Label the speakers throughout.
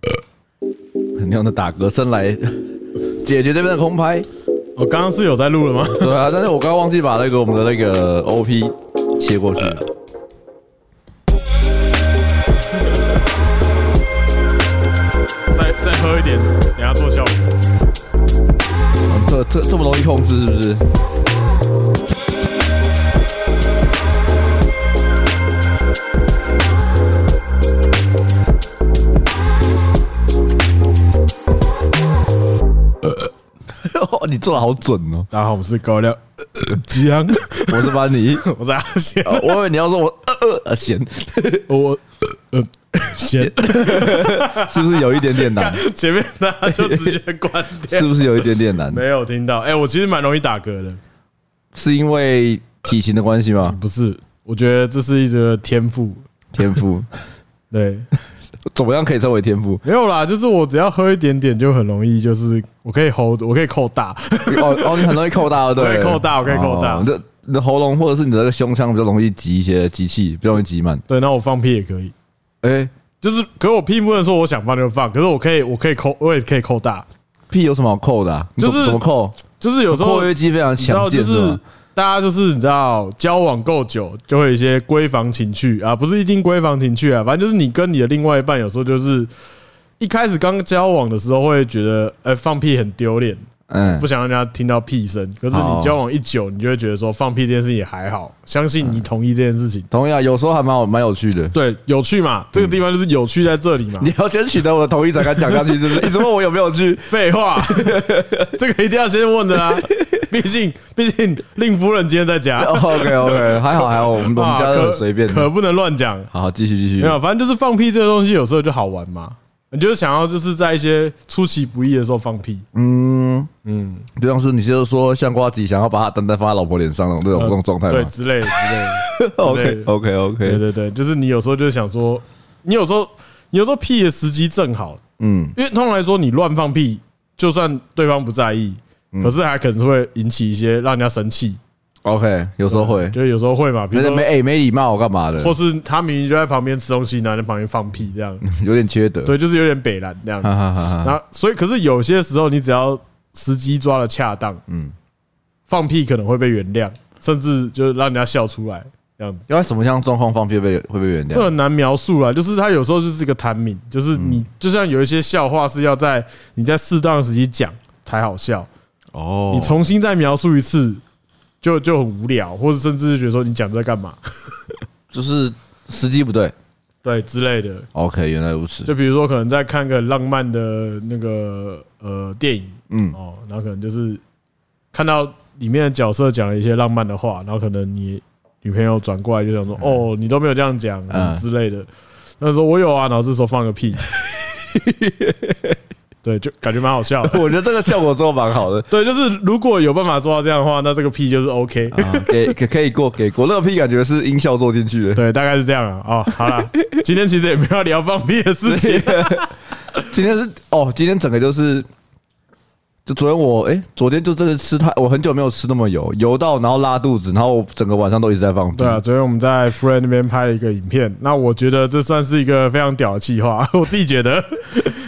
Speaker 1: 你用的打嗝声来解决这边的空 拍。
Speaker 2: 我哦刚刚是有在录了吗？
Speaker 1: 对啊，但是我刚刚忘记把那个我们的那个 OP 切过去。
Speaker 2: 再再喝一点，等下做效果。
Speaker 1: 这这这么容易控制是不是？ 哦你做的好准哦！
Speaker 2: 大家好，我们是高粱姜，
Speaker 1: 我是班 尼，
Speaker 2: 我是阿贤，
Speaker 1: 呃我以为你要说我呃呃呃咸，
Speaker 2: 哦我呃先
Speaker 1: 是不是有一点点 难？
Speaker 2: 前面大家就直接关掉
Speaker 1: 是，不是有一点点难？
Speaker 2: 没有听到。哎，我其实蛮容易打嗝的，
Speaker 1: 是因为体型的关系吗？
Speaker 2: 不是？我觉得这是一个天赋。
Speaker 1: 天赋
Speaker 2: 对，
Speaker 1: 怎么样可以称为天赋？
Speaker 2: 没有啦，就是我只要喝一点点就很容易，就是我可以 hold，我可以扣大，
Speaker 1: 哦哦，你很容易扣大，对不对，
Speaker 2: 我可以扣大我可以扣大
Speaker 1: 哦你的你的喉咙或者是你的那个胸腔比较容易挤一些机器，比较容易挤满。
Speaker 2: 对，那我放屁也可以，
Speaker 1: 哎，
Speaker 2: 就是可我屁不能说我想放就放，可是我可以，我可以扣，我也可以扣大，
Speaker 1: 屁有什么好扣的啊？你怎
Speaker 2: 就是
Speaker 1: 怎么扣？
Speaker 2: 就是有时候
Speaker 1: 括约肌非常
Speaker 2: 你知
Speaker 1: 强
Speaker 2: 道，
Speaker 1: 健，
Speaker 2: 就是是
Speaker 1: 吗
Speaker 2: 大家就是你知道，交往够久就会有一些闺房情趣啊，不是一定闺房情趣啊，反正就是你跟你的另外一半有时候就是一开始刚交往的时候会觉得，哎，放屁很丢脸，
Speaker 1: 嗯
Speaker 2: 不，想让人家听到屁声。可是
Speaker 1: 哦
Speaker 2: 你交往一久，你就会觉得说放屁这件事情也还好，相信你同意这件事情。
Speaker 1: 同样有时候还蛮好蛮有趣的。
Speaker 2: 对，有趣嘛，这个地方就是有趣在这里嘛。
Speaker 1: 你要先取得我的同意才敢讲下去，是不是？你只问我有没有 去？
Speaker 2: 废话，这个一定要先问的啊，毕竟毕竟令夫人今天在家，
Speaker 1: OK OK，还好还好，我 们我们
Speaker 2: 啊
Speaker 1: 家都很
Speaker 2: 可
Speaker 1: 随便的。
Speaker 2: 可不能乱讲。
Speaker 1: 好好，继续继续
Speaker 2: 没。有，反正就是放屁这个东西，有时候就好玩嘛。你就是想要就是在一些出其不意的时候放屁，呃
Speaker 1: 嗯，
Speaker 2: 嗯，
Speaker 1: 比方说你就是说像瓜子想要把他单单放在老婆脸上那种这种这种状态
Speaker 2: 对
Speaker 1: 吗
Speaker 2: 之类的之类的。
Speaker 1: ？OK OK
Speaker 2: 对
Speaker 1: OK，
Speaker 2: 对对，就是你有时候就是想说，你有时候你有时候屁的时机正好，
Speaker 1: 嗯，
Speaker 2: 因为通常来说你乱放屁，就算对方不在意，
Speaker 1: 嗯
Speaker 2: 可是还可能会引起一些让人家生气。
Speaker 1: OK，有时候会，
Speaker 2: 就是有时候会嘛，比
Speaker 1: 觉
Speaker 2: 如
Speaker 1: 得没
Speaker 2: 说。
Speaker 1: 哎没礼貌干嘛的，
Speaker 2: 或是他明明就在旁边吃东西，然后在旁边放屁，这样
Speaker 1: 有点缺德。
Speaker 2: 对，就是有点北蓝这样。
Speaker 1: 哈哈哈哈，
Speaker 2: 那所以，可是有些时候，你只要时机抓的恰当，
Speaker 1: 嗯
Speaker 2: 嗯，放屁可能会被原谅，甚至就是让人家笑出来这样子。
Speaker 1: 要在什么样的状况放屁会被会被原
Speaker 2: 这
Speaker 1: 谅？
Speaker 2: 很难描述啦，就是它有时候就是这个 timing，就是你就像有一些笑话是要在你在适当的时机讲才好笑，
Speaker 1: 哦
Speaker 2: 你重新再描述一次就就很无聊，或者甚至是觉得说你讲这干嘛，
Speaker 1: 就是时机不对。
Speaker 2: 对之类的。
Speaker 1: OK，原来如此。
Speaker 2: 就比如说，可能在看个浪漫的那个呃电影，
Speaker 1: 嗯
Speaker 2: 嗯，哦，然后可能就是看到里面的角色讲了一些浪漫的话，然后可能你女朋友转过来就想说，哦，你都没有这样讲
Speaker 1: 嗯
Speaker 2: 之类的，那说我有啊，然后这时候放个屁，对，就感觉蛮好笑 的。
Speaker 1: 我觉得这个效果做得蛮好的
Speaker 2: 对，就是如果有办法做到这样的话，那这个屁就是 OK。
Speaker 1: 啊， 给可可以过给过，那个屁感觉是音效做进去的。
Speaker 2: 对，大概是这样啊。哦，好啦，今天其实也没有聊放屁的事情。
Speaker 1: 今天是哦，今天整个就是，就昨天我哎、昨天就真的吃太，我很久没有吃那么油，油到然后拉肚子，然后我整个晚上都一直在放屁。
Speaker 2: 对啊，昨天我们在 Friend 那边拍了一个影片，那我觉得这算是一个非常屌的企划， 我自己觉得，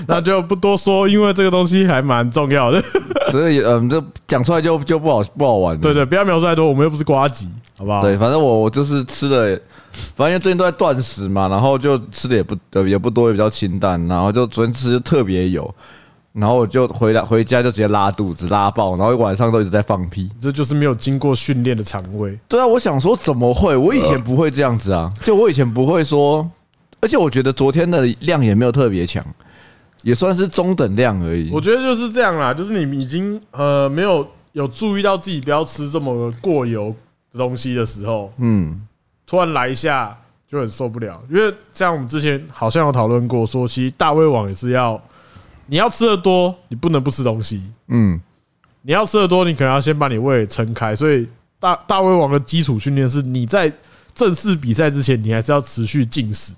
Speaker 2: 那就不多说，因为这个东西还蛮重要的。
Speaker 1: 所以嗯，这讲出来就就不好不好玩了。
Speaker 2: 对对，不要描述太多，我们又不是瓜吉，好不好？
Speaker 1: 对，反正我我就是吃了，反正因为最近都在断食嘛，然后就吃的也不呃也不多，也比较清淡，然后就昨天吃就特别油，然后我就回来回家就直接拉肚子拉爆，然后晚上都一直在放屁。
Speaker 2: 这就是没有经过训练的肠胃。
Speaker 1: 对啊，我想说怎么会？我以前不会这样子啊，就我以前不会说，而且我觉得昨天的量也没有特别强，也算是中等量而已
Speaker 2: 我。觉得就是这样啦，就是你已经呃没有有注意到自己不要吃这么过油的东西的时候，
Speaker 1: 嗯，
Speaker 2: 突然来一下就很受不了，因为像我们之前好像有讨论过说其实大胃王也是要你要吃的多，你不能不吃东西。
Speaker 1: 嗯，
Speaker 2: 你要吃的多，你可能要先把你胃撑开。所以大大胃王的基础训练是你在正式比赛之前，你还是要持续进食，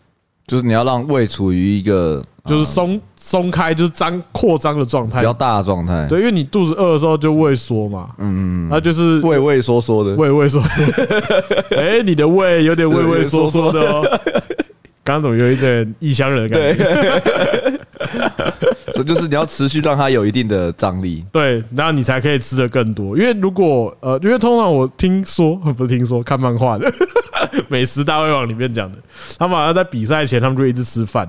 Speaker 1: 就是你要让胃处于一个
Speaker 2: 就是松松开，就是张扩张的状态
Speaker 1: 比较。大的状态，
Speaker 2: 对，因为你肚子饿的时候就胃缩嘛，嗯嗯，那就是
Speaker 1: 畏畏缩缩的。
Speaker 2: 畏畏缩 缩。哎，你的胃有点畏畏缩缩的哦。刚刚怎么有一点异乡人的感觉？
Speaker 1: 对，这就是你要持续让它有一定的张力。
Speaker 2: 对，那你才可以吃的更多。因为如果呃，因为通常我听说呃不是听说看漫画的 美食大胃王里面讲的，他们好像在比赛前他们就一直吃饭，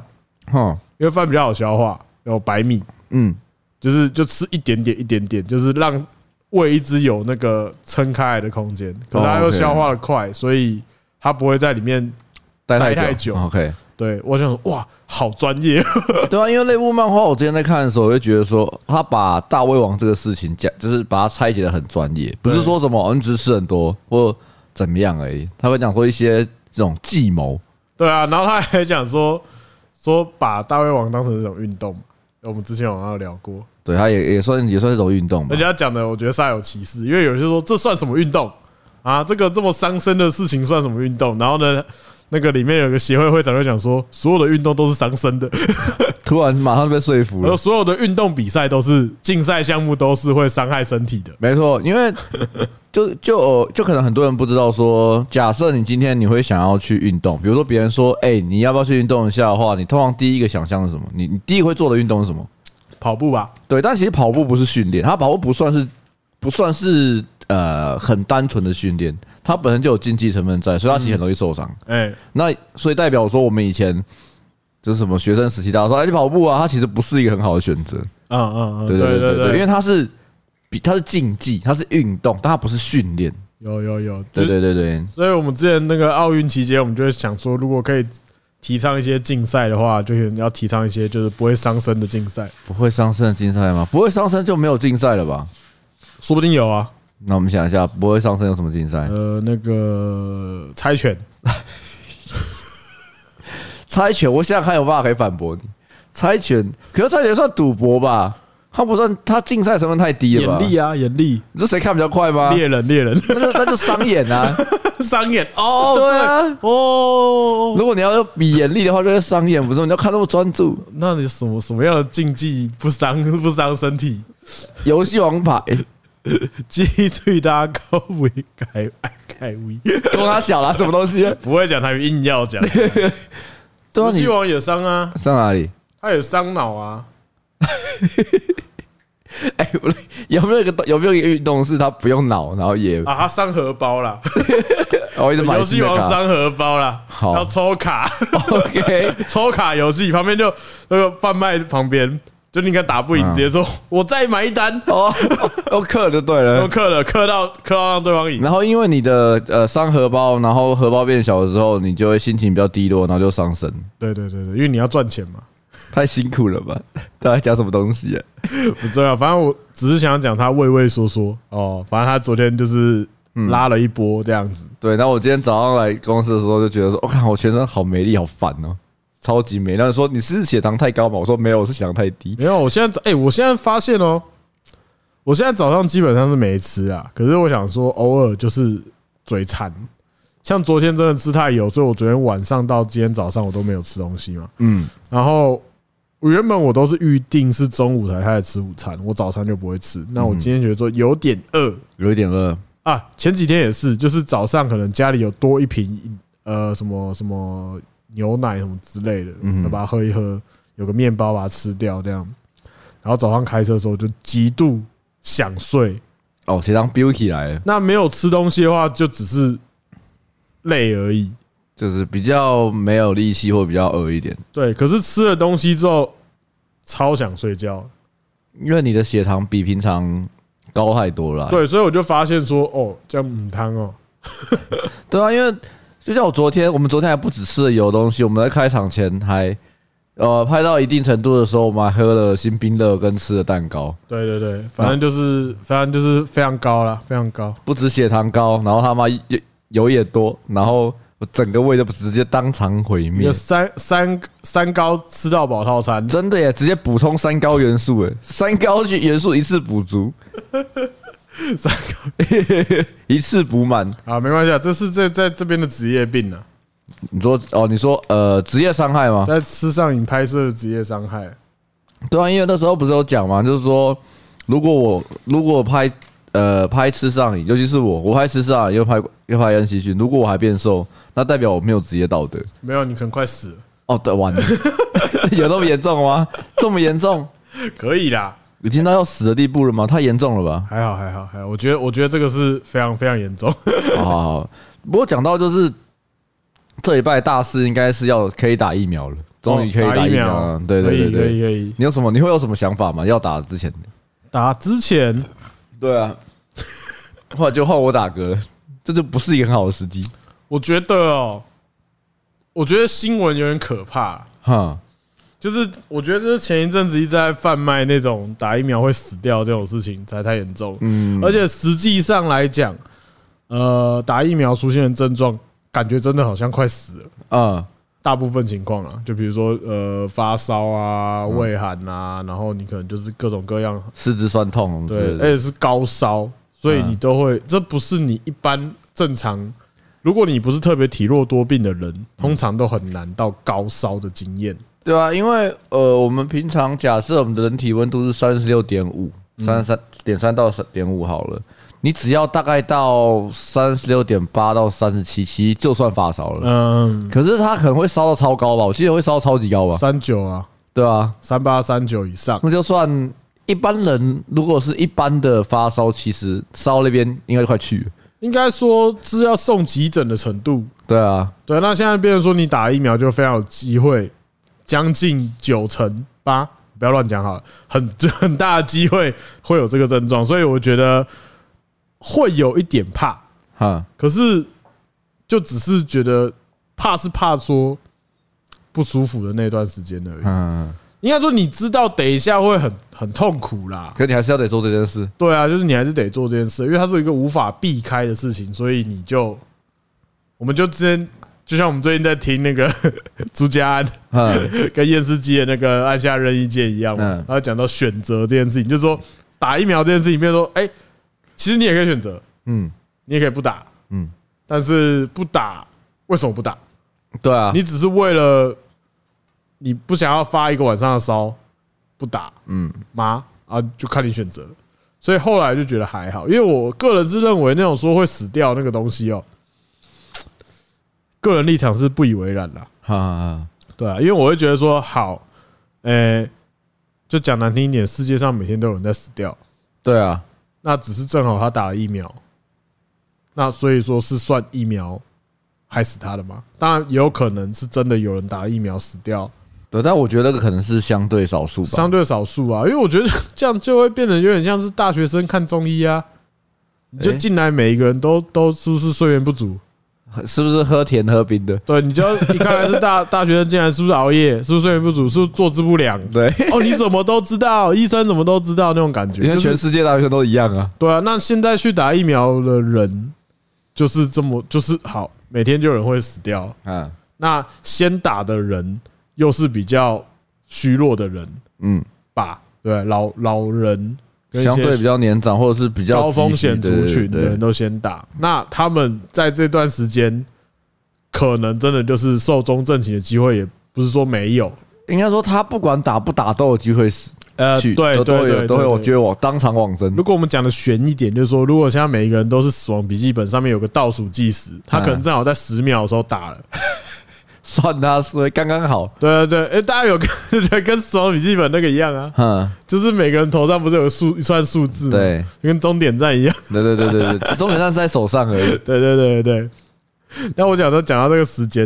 Speaker 1: 哼，
Speaker 2: 因为饭比较好消化，有白米，
Speaker 1: 嗯，
Speaker 2: 就是就吃一点点一点点，就是让胃一直有那个撑开来的空间。可是它
Speaker 1: 哦
Speaker 2: 又
Speaker 1: ，OK
Speaker 2: 消化的快，所以它不会在里面。
Speaker 1: 待
Speaker 2: 太
Speaker 1: 太哦
Speaker 2: 久
Speaker 1: OK，
Speaker 2: 对我想说哇，好专业，
Speaker 1: 对啊，因为那部漫画我之前在看的时候，我就觉得说，他把大胃王这个事情讲，就是把它拆解的很专业，不是说什么哦你只是吃很多或怎么样而已，他会讲说一些这种计谋。
Speaker 2: 对啊，然后他还讲说说把大胃王当成一种运动嘛，我们之前好像有聊过，
Speaker 1: 对，他也也算也算是一种运动吧
Speaker 2: 人。家讲的我觉得煞有其事，因为有些说这算什么运动啊？这个这么伤身的事情算什么运动？然后呢，那个里面有个协会会长就讲说，所有的运动都是伤身的，
Speaker 1: 突然马上就被说服
Speaker 2: 我说
Speaker 1: 了。
Speaker 2: 所有的运动比赛都是竞赛项目都是会伤害身体的，
Speaker 1: 没错，因 为就就呃就可能很多人不知道说，假设你今天你会想要去运动，比如说别人说，哎、你要不要去运动一下的话，你通常第一个想象是什么？你你第一个会做的运动是什么？
Speaker 2: 跑步吧，
Speaker 1: 对，但其实跑步不是训练，它跑步不算是不算是呃很单纯的训练，它本身就有竞技成分在，所以它其实很容易受伤。
Speaker 2: 哎，
Speaker 1: 那所以代表说，我们以前就是什么学生时期，大家说哎去跑步啊，它其实不是一个很好的选择。
Speaker 2: 嗯嗯嗯，
Speaker 1: 对
Speaker 2: 对
Speaker 1: 对对对，因为
Speaker 2: 对，
Speaker 1: 它是比它是竞技，它是运动，但它不是训练。
Speaker 2: 有有有，
Speaker 1: 对对对对，
Speaker 2: 所以我们之前那个奥运期间，我们就会想说，如果可以提倡一些竞赛的话，就是要提倡一些就是不会伤身的竞赛，
Speaker 1: 不会伤身的竞赛吗？不会伤身就没有竞赛了吧？
Speaker 2: 说不定有啊。
Speaker 1: 那我们想一下，不会伤身有什么竞赛？
Speaker 2: 呃，那个猜拳，
Speaker 1: 猜拳，我想想看有办法可以反驳你。猜拳，可是猜拳算赌博吧？它不算，它竞赛成分太低了吧啊
Speaker 2: 眼？力啊，眼力，
Speaker 1: 你说谁看比较快吗？
Speaker 2: 猎人，猎人，
Speaker 1: 那就那就伤眼啊！
Speaker 2: 商演哦，
Speaker 1: 对啊
Speaker 2: 哦，
Speaker 1: 如果你要比眼力的话，就是伤眼，不是？你要看那么专注。
Speaker 2: 那你什么什么样的竞技不伤不伤身体？
Speaker 1: 游戏王牌，
Speaker 2: 记最大高维改爱改维，
Speaker 1: 跟他小啦，什么东西？
Speaker 2: 不会讲台语，硬 要讲。
Speaker 1: 对啊，
Speaker 2: 游戏
Speaker 1: 你
Speaker 2: 王也伤啊，
Speaker 1: 上哪里？
Speaker 2: 他也伤脑啊。
Speaker 1: 哎，我有没有一个有没有一个运动是它不用脑，然后也
Speaker 2: 啊，他伤荷 包啦，
Speaker 1: 我一直买
Speaker 2: 游
Speaker 1: 新
Speaker 2: 戏
Speaker 1: 的
Speaker 2: 王
Speaker 1: 卡
Speaker 2: 伤荷包啦，
Speaker 1: 啊好
Speaker 2: 要抽卡，
Speaker 1: ？OK，
Speaker 2: 抽卡游戏旁边就那个贩卖旁边，就你看打不赢，
Speaker 1: 嗯
Speaker 2: 直接说我再买一单，
Speaker 1: 哦，都克就对
Speaker 2: 都
Speaker 1: 了。
Speaker 2: 克了，克到克到让对方赢。
Speaker 1: 然后因为你的呃伤荷包，然后荷包变小的时候，你就会心情比较低落，然后就伤身，
Speaker 2: 对对对对，因为你要赚钱 嘛，
Speaker 1: 太辛苦了吧？ 到底讲什么东西、啊？
Speaker 2: 不重要。反正我只是想讲他畏畏缩缩哦，反正他昨天就是
Speaker 1: 嗯
Speaker 2: 拉了一波这样子。
Speaker 1: 对，然后我今天早上来公司的时候就觉得说，我、哦看我全身好没力，好烦哦，超级没力。然后说你是血糖太高吗？我说没有，我是血糖太低。
Speaker 2: 没有，我现在早哎、我现在发现哦，我现在早上基本上是没吃啊，可是我想说偶尔就是嘴馋，像昨天真的吃太油，所以我昨天晚上到今天早上我都没有吃东西嘛。
Speaker 1: 嗯，
Speaker 2: 然后我原本我都是预定是中午才开始吃午餐，我早餐就不会吃。那我今天觉得说有点饿
Speaker 1: 有一点饿。
Speaker 2: 啊，前几天也是，就是早上可能家里有多一瓶呃什么什么牛奶什么之类的，
Speaker 1: 嗯
Speaker 2: 我把它喝一喝，有个面包把它吃掉这样。然后早上开车的时候就极度想睡，
Speaker 1: 哦，血糖飙起来了，
Speaker 2: 那没有吃东西的话就只是累而已。
Speaker 1: 就是比较没有力气或比较饿一点，
Speaker 2: 对，可是吃了东西之后超想睡觉，
Speaker 1: 因为你的血糖比平常高太多了啊。
Speaker 2: 对，所以我就发现说，哦，这样母汤哦，
Speaker 1: 对啊，因为就像我昨天，我们昨天还不止吃了油的东西，我们在开场前还呃拍到一定程度的时候，我们还喝了新冰乐跟吃了蛋糕，
Speaker 2: 对对对，反正就是，反正就是非常高啦，非常高。
Speaker 1: 不止血糖高，然后他妈油油也多，然后我整个胃都直接当场毁
Speaker 2: 一
Speaker 1: 灭
Speaker 2: 个，三三三高吃到饱套餐，
Speaker 1: 真的耶，直接补充三高元素，哎，三高元素一次补足，
Speaker 2: 三
Speaker 1: 一次补满。
Speaker 2: 啊，没关系啊，这是在在这边的职业病啊，
Speaker 1: 你说哦，你说呃职业伤害吗？
Speaker 2: 在吃上瘾拍摄的职业伤害。
Speaker 1: 对啊，因为那时候不是有讲嘛，就是说，如果我如果我拍呃拍吃上瘾，尤其是我，我拍吃上瘾又拍又拍恩熙俊，如果我还变瘦，那代表我没有职业道德。
Speaker 2: 没有，你可能快死了。
Speaker 1: 哦，对，完了，有那么严重吗？这么严重？
Speaker 2: 可以啦，
Speaker 1: 已经到要死的地步了吗？太严重了吧？
Speaker 2: 还好还好还好，我觉得我觉得这个是非常非常严重。
Speaker 1: 好好好，不过讲到就是这一拜大事应该是要可以打疫苗了，终于可以
Speaker 2: 哦
Speaker 1: 打疫苗
Speaker 2: 苗
Speaker 1: 了。，对对对
Speaker 2: 可以可以
Speaker 1: 对，
Speaker 2: 可以
Speaker 1: 你有什么你会有什么想法吗？要打之前？
Speaker 2: 打之前
Speaker 1: 对啊， 后来就换我打嗝了，这就不是一个很好的时机。
Speaker 2: 我觉得哦，我觉得新闻有点可怕，
Speaker 1: 哈，
Speaker 2: 就是我觉得就是前一阵子一直在贩卖那种打疫苗会死掉这种事情，才太严重。
Speaker 1: 嗯，
Speaker 2: 而且实际上来讲，呃，打疫苗出现的症状，感觉真的好像快死了。
Speaker 1: 嗯
Speaker 2: 大部分情况啊，就比如说呃发烧啊、畏寒啊，然后你可能就是各种各样，
Speaker 1: 四肢酸痛，对
Speaker 2: 对，
Speaker 1: 哎
Speaker 2: 而且是嗯高烧，所以你都会，这不是你一般正常。如果你不是特别体弱多病的人，通常都很难到高烧的经验。
Speaker 1: 对啊，因为呃，我们平常假设我们的人体温度是三十六点五，三十三点三到三点五好了，你只要大概到三十六点八到三十七，其实就算发烧了。
Speaker 2: 嗯，
Speaker 1: 可是它可能会烧到超高吧？我记得会烧超级高吧？
Speaker 2: 三九啊，
Speaker 1: 对啊，
Speaker 2: 三八三九以上，
Speaker 1: 那就算一般人如果是一般的发烧，其实烧那边应该就快去了。
Speaker 2: 应该说是要送急诊的程度。
Speaker 1: 对啊，
Speaker 2: 对，那现在变成说你打疫苗就非常有机会，将近九成八，不要乱讲好了，很 很大的机会会有这个症状，所以我觉得会有一点怕，
Speaker 1: 哈，
Speaker 2: 可是就只是觉得怕是怕说不舒服的那段时间而已。
Speaker 1: 嗯，
Speaker 2: 应该说你知道等一下会很很痛苦啦，
Speaker 1: 可你还是要得做这件事。
Speaker 2: 对啊，就是你还是得做这件事，因为它是一个无法避开的事情，所以你就，我们就之前，就像我们最近在听那个 朱家安
Speaker 1: 嗯，
Speaker 2: 跟验尸机的那个按下任意键一样嘛
Speaker 1: 嗯，
Speaker 2: 然后讲到选择这件事情，就是说打疫苗这件事情，变成说，哎，其实你也可以选择，
Speaker 1: 嗯
Speaker 2: 你也可以不打，
Speaker 1: 嗯，
Speaker 2: 但是不打为什么不打？
Speaker 1: 对 啊，
Speaker 2: 你只是为了你不想要发一个晚上的烧，不打，
Speaker 1: 嗯
Speaker 2: 吗？啊，就看你选择。所以后来就觉得还好，因为我个人是认为那种说会死掉那个东西哦，个人立场是不以为然啦。
Speaker 1: 哈哈哈，
Speaker 2: 对啊，因为我会觉得说，好，呃，就讲难听一点，世界上每天都有人在死掉，
Speaker 1: 对啊，
Speaker 2: 那只是正好他打了疫苗，那所以说是算疫苗害死他的吗？当然也有可能是真的有人打了疫苗死掉，
Speaker 1: 对，但我觉得那个可能是相对少数吧。
Speaker 2: 相对少数啊，因为我觉得 这样就会变得有点像是大学生看中医啊，你就
Speaker 1: 诶
Speaker 2: 进来每一个人都都是不是睡眠不足？
Speaker 1: 是不是喝甜喝冰的？
Speaker 2: 对，你就要一看来是大 大学生进来是不是熬夜？是不是睡眠不足？是不是坐姿不良？
Speaker 1: 对，
Speaker 2: 哦，你怎么都知道，医生怎么都知道那种感觉，
Speaker 1: 因为
Speaker 2: 就是
Speaker 1: 全世界大学生都一样啊。
Speaker 2: 对啊，那现在去打疫苗的人就是这么，就是好，每天就有人会死掉。
Speaker 1: 嗯
Speaker 2: 那先打的人又是比较虚弱的人
Speaker 1: 嗯，
Speaker 2: 吧？对，老老人跟一
Speaker 1: 相对
Speaker 2: 些
Speaker 1: 比较年长或者是比较
Speaker 2: 高风险
Speaker 1: 急需
Speaker 2: 族群的
Speaker 1: 对对
Speaker 2: 人
Speaker 1: 对
Speaker 2: 都先打。那他们在这段时间，可能真的就是寿终正寝的机会，也不是说没有。
Speaker 1: 应该说他不管打不打都有机会死，
Speaker 2: 呃，
Speaker 1: 去
Speaker 2: 对
Speaker 1: 都
Speaker 2: 对
Speaker 1: 都
Speaker 2: 对，
Speaker 1: 有都会有
Speaker 2: 对
Speaker 1: 机会往当场往生
Speaker 2: 如。果我们讲的悬一点，就是说，如果现在每一个人都是死亡笔记本上面有个倒数计时，他可能正好在十秒的时候 打了。
Speaker 1: 算他衰，刚刚好。
Speaker 2: 对对对，哎，大家有跟 跟死亡笔记本那个一样啊，
Speaker 1: 嗯，
Speaker 2: 就是每个人头上不是有个数一串数字吗，
Speaker 1: 对
Speaker 2: 就跟终点站一样。
Speaker 1: 对对对对 对，终点站是在手上而已。
Speaker 2: 对对对对对。那我讲到讲到这个时间，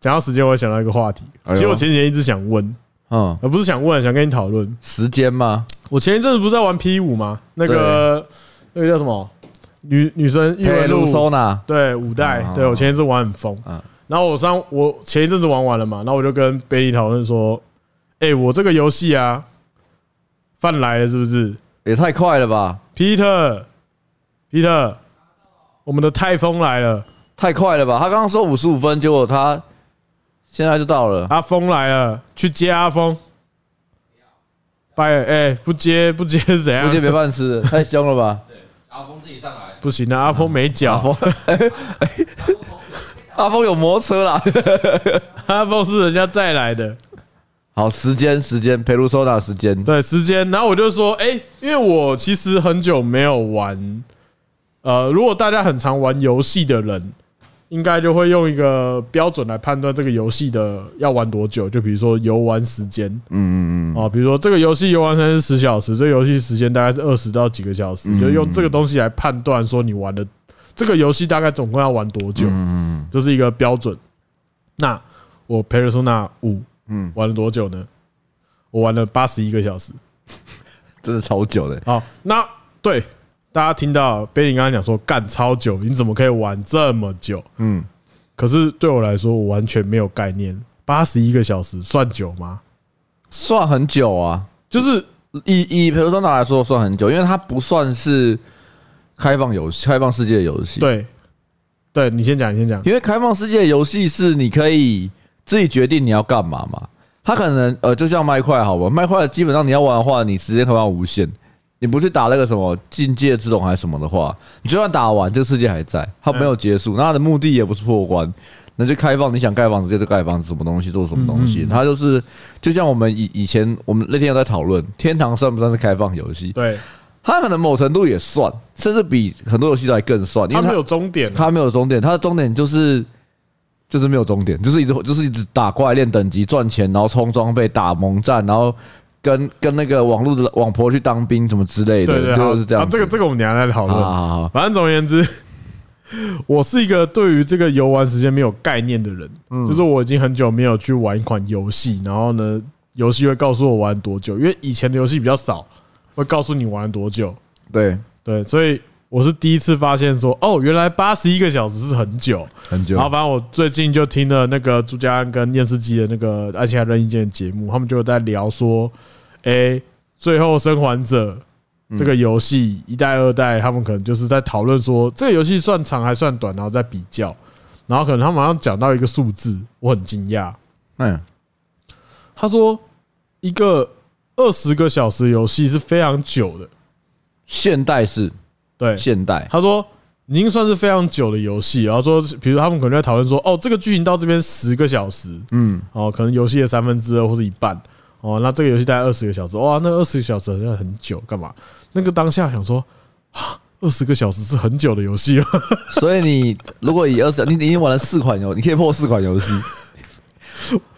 Speaker 2: 讲到时间，我想到一个话题，
Speaker 1: 哎呦
Speaker 2: 其实我前几天一直想问，呃
Speaker 1: 嗯，
Speaker 2: 而不是想问，想跟你讨论。
Speaker 1: 时间嘛，
Speaker 2: 我前一阵子不是在玩 P 五吗？那个那个叫什么女女生异
Speaker 1: 佩
Speaker 2: 闻
Speaker 1: 鲁
Speaker 2: 录
Speaker 1: 收纳。
Speaker 2: 对，五代
Speaker 1: 啊，
Speaker 2: 对我前一阵子玩很疯
Speaker 1: 啊，
Speaker 2: 然后我上我前一阵子玩完了嘛，然后我就跟贝利讨论说，哎，我这个游戏啊，饭来了是不是
Speaker 1: 也太快了吧！
Speaker 2: ？Peter，Peter，我们的泰丰来了，
Speaker 1: 太快了吧！他刚刚说五十五分，结果他现在就到了。
Speaker 2: 阿峰来了，去接阿峰。拜了，哎，不接不接是怎样
Speaker 1: 估？计没饭吃了，太凶了 吧！
Speaker 3: 阿峰自己上来，
Speaker 2: 不行啊，阿峰没
Speaker 1: 阿
Speaker 2: 脚，
Speaker 1: 峰，阿峰有摩托车啦。
Speaker 2: 阿峰是人家再来的。
Speaker 1: 好，时间时间，陪卢收纳时间。
Speaker 2: 对时间，然后我就说，哎、因为我其实很久没有玩，呃，如果大家很常玩游戏的人，应该就会用一个标准来判断这个游戏的要玩多久，就比如说游玩时间
Speaker 1: 嗯嗯嗯，
Speaker 2: 啊，比如说这个游戏游玩时间是十小时，这个游戏时间大概是二十到几个小时，
Speaker 1: 嗯
Speaker 2: 就用这个东西来判断说你玩的这个游戏大概总共要玩多久，
Speaker 1: 嗯
Speaker 2: 这是一个标准。那我 Persona 五
Speaker 1: 嗯，
Speaker 2: 玩了多久呢？我玩了八十一个小时。
Speaker 1: 真的超久的，
Speaker 2: 好，那对大家听到 b e 刚刚讲说干超久，你怎么可以玩这么久？
Speaker 1: 嗯，
Speaker 2: 可是对我来说，我完全没有概念。八十一个小时算久吗？
Speaker 1: 算很久啊。
Speaker 2: 就是
Speaker 1: 以以比如说拿来说算很久，因为它不算是开放游戏、开放世界的游戏。，
Speaker 2: 对，对你先讲，你先讲。
Speaker 1: 因为开放世界的游戏是你可以自己决定你要干嘛嘛。它可能呃，就像麦块好吧，麦块基本上你要玩的话，你时间可以玩无限。你不去打那个什么境界之龙还是什么的话，你就算打完，这个世界还在，它没
Speaker 2: 嗯
Speaker 1: 有结束。那它的目的也不是破关，那就开放你想盖房子就盖房子，什么东西做什么东西。
Speaker 2: 嗯嗯
Speaker 1: 它就是就像我们以以前我们那天有在讨论，天堂算不算是开放游戏？
Speaker 2: 对，
Speaker 1: 它可能某程度也算，甚至比很多游戏都还更算，因
Speaker 2: 它
Speaker 1: 为
Speaker 2: 没
Speaker 1: 它
Speaker 2: 有终点啊，
Speaker 1: 它没有终点，它的终点就是就是没有终点，就是一直就是一直打怪练等级赚钱，然后充装备打盟战，然后跟跟那个网络的网婆去当兵什么之类
Speaker 2: 对
Speaker 1: 的，
Speaker 2: 对，
Speaker 1: 就是这样
Speaker 2: 好啊，
Speaker 1: 子。
Speaker 2: 这个这个我们等一下再讨
Speaker 1: 好
Speaker 2: 论。
Speaker 1: 好好，
Speaker 2: 反正总而言之， 我是一个对于这个游玩时间没有概念的人，就是我已经很久没有去玩一款游戏，然后呢，游戏会告诉我玩多久，因为以前的游戏比较少，会告诉你玩多久。
Speaker 1: 对，
Speaker 2: 对，所以我是第一次发现说，哦，原来八十一个小时是很久。
Speaker 1: 很久
Speaker 2: 然。后反正我最近就听了那个朱家安跟电视机的那个《爱情海任意见》的节目，他们就在聊说，诶，《最后生还者》这个游戏一代、二代，他们可能就是在讨论说这个游戏算长还算短，然后再比较。然后可能他们好像讲到一个数字，我很惊讶，
Speaker 1: 嗯，
Speaker 2: 他说一个二十个小时游戏是非常久的，
Speaker 1: 现代是
Speaker 2: 对，
Speaker 1: 现 代，
Speaker 2: 他说已经算是非常久的游戏，然后说，比如他们可能在讨论说，哦，这个剧情到这边十个小时，
Speaker 1: 嗯，
Speaker 2: 哦，可能游戏的三分之二或是一半，哦，那这个游戏大概二十个小时，哇，那二十个小时好像很久，干嘛？那个当下想说，啊，二十个小时是很久的游戏了，
Speaker 1: 所以你如果以二十，你你已经玩了四款游，你可以破四款 游戏。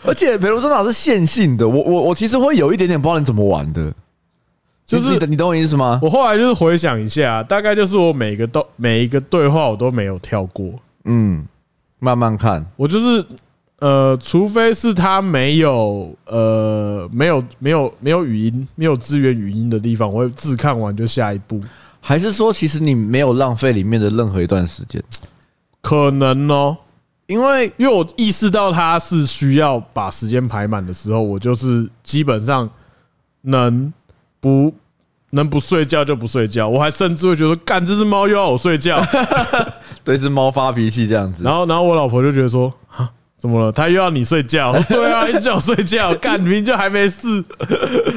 Speaker 1: 而且，比如说，那是线性的，我我我其实会有一点点不知道你怎么玩的，
Speaker 2: 就
Speaker 1: 你
Speaker 2: 是
Speaker 1: 你懂我意思吗？
Speaker 2: 我后来就是回想一下，啊大概就是我每个都每一个对话我都没有跳过，
Speaker 1: 嗯，慢慢看，
Speaker 2: 我就是呃，除非是他没有呃没有没有没有语音，没有支援语音的地方，我会自看完就下一步。
Speaker 1: 还是说其实你没有浪费里面的任何一段时间？
Speaker 2: 可能哦，
Speaker 1: 因为
Speaker 2: 因为我意识到他是需要把时间排满的时候，我就是基本上能不能不睡觉就不睡觉，我还甚至会觉得干这只猫又要我睡 觉，
Speaker 1: 对只猫发脾气这样子，
Speaker 2: 然后然后我老婆就觉得说啊。怎么了？他又要你睡觉？我说对啊，一直叫我睡觉，干明明就还没事。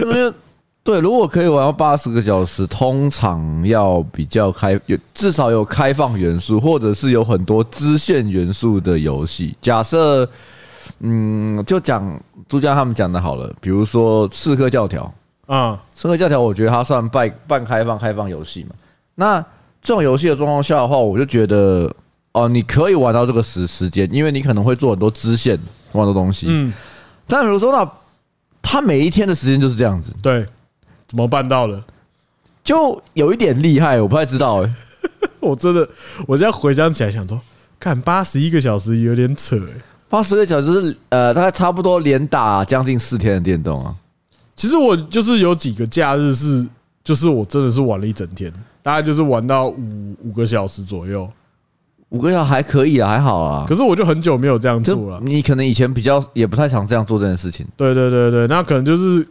Speaker 1: 因为对，如果可以玩到八十个小时，通常要比较开，有至少有开放元素，或者是有很多支线元素的游戏。假设，嗯，就讲朱家他们讲的好了，比如说《刺客教条》，
Speaker 2: 啊、
Speaker 1: 《刺客教条》我觉得它算半半开放开放游戏嘛。那这种游戏的状况下的话，我就觉得哦，你可以玩到这个时时间，因为你可能会做很多支线，玩很多东西。
Speaker 2: 嗯，
Speaker 1: 但比如说呢，他每一天的时间就是这样子，
Speaker 2: 对，怎么办到的？
Speaker 1: 就有一点厉害，我不太知道、欸。
Speaker 2: 我真的，我现在回想起来想说，看八十一个小时有点扯、欸。
Speaker 1: 八十个小时是呃，大概差不多连打将近四天的电动啊。
Speaker 2: 其实我就是有几个假日是，就是我真的是玩了一整天，大概就是玩到五五个小时左右。
Speaker 1: 啊五个小时还可以啊，还好啊。
Speaker 2: 可是我就很久没有这样做
Speaker 1: 就嗯
Speaker 2: 了。
Speaker 1: 你可能以前比较也不太常这样做这件事情。
Speaker 2: 对对对对，那可能就是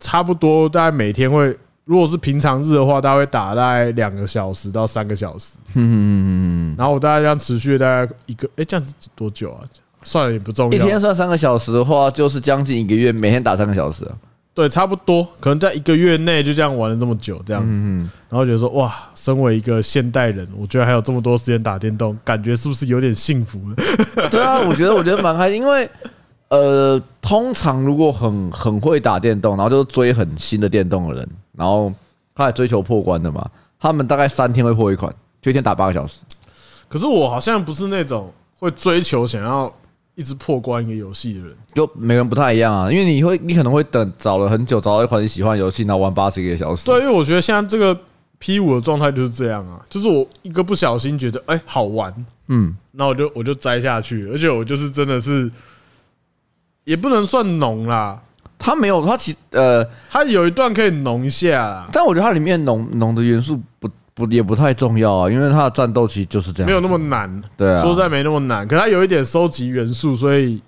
Speaker 2: 差不多，大概每天会，如果是平常日的话，大概会打大概两个小时到三个小时。
Speaker 1: 嗯，
Speaker 2: 然后我大概这样持续了大概一个，哎，这样子多久啊？算了，也不重
Speaker 1: 一
Speaker 2: 要。
Speaker 1: 天算三个小时的话，就是将近一个月，每天打三个小时啊、
Speaker 2: 对，差不多，可能在一个月内就这样玩了这么久，这样子，
Speaker 1: 嗯，
Speaker 2: 然后觉得说，哇，身为一个现代人，我居然还有这么多时间打电动，感觉是不是有点幸福了？
Speaker 1: 对啊，我觉得我觉得蛮开心，因为呃，通常如果很很会打电动，然后就追很新的电动的人，然后他也追求破关的嘛，他们大概三天会破一款，就一天打八个小时。
Speaker 2: 可是我好像不是那种会追求想要一直破关一个游戏的人。
Speaker 1: 就每个人不太一样啊，因为你会，你可能会等找了很久，找到一款你喜欢的游戏，然后玩八十个小时。
Speaker 2: 对，因为我觉得现在这个 P 五的状态就是这样啊，就是我一个不小心觉得哎、好玩，
Speaker 1: 嗯，
Speaker 2: 那我就我就栽下去，而且我就是真的是也不能算浓啦，
Speaker 1: 它没有，它其呃，
Speaker 2: 它有一段可以浓一下啦，
Speaker 1: 但我觉得它里面浓浓的元素不不也不太重要啊，因为它的战斗其实就是这样，
Speaker 2: 没有那么难。
Speaker 1: 对啊，
Speaker 2: 说实在没那么难，可它有一点收集元素，所以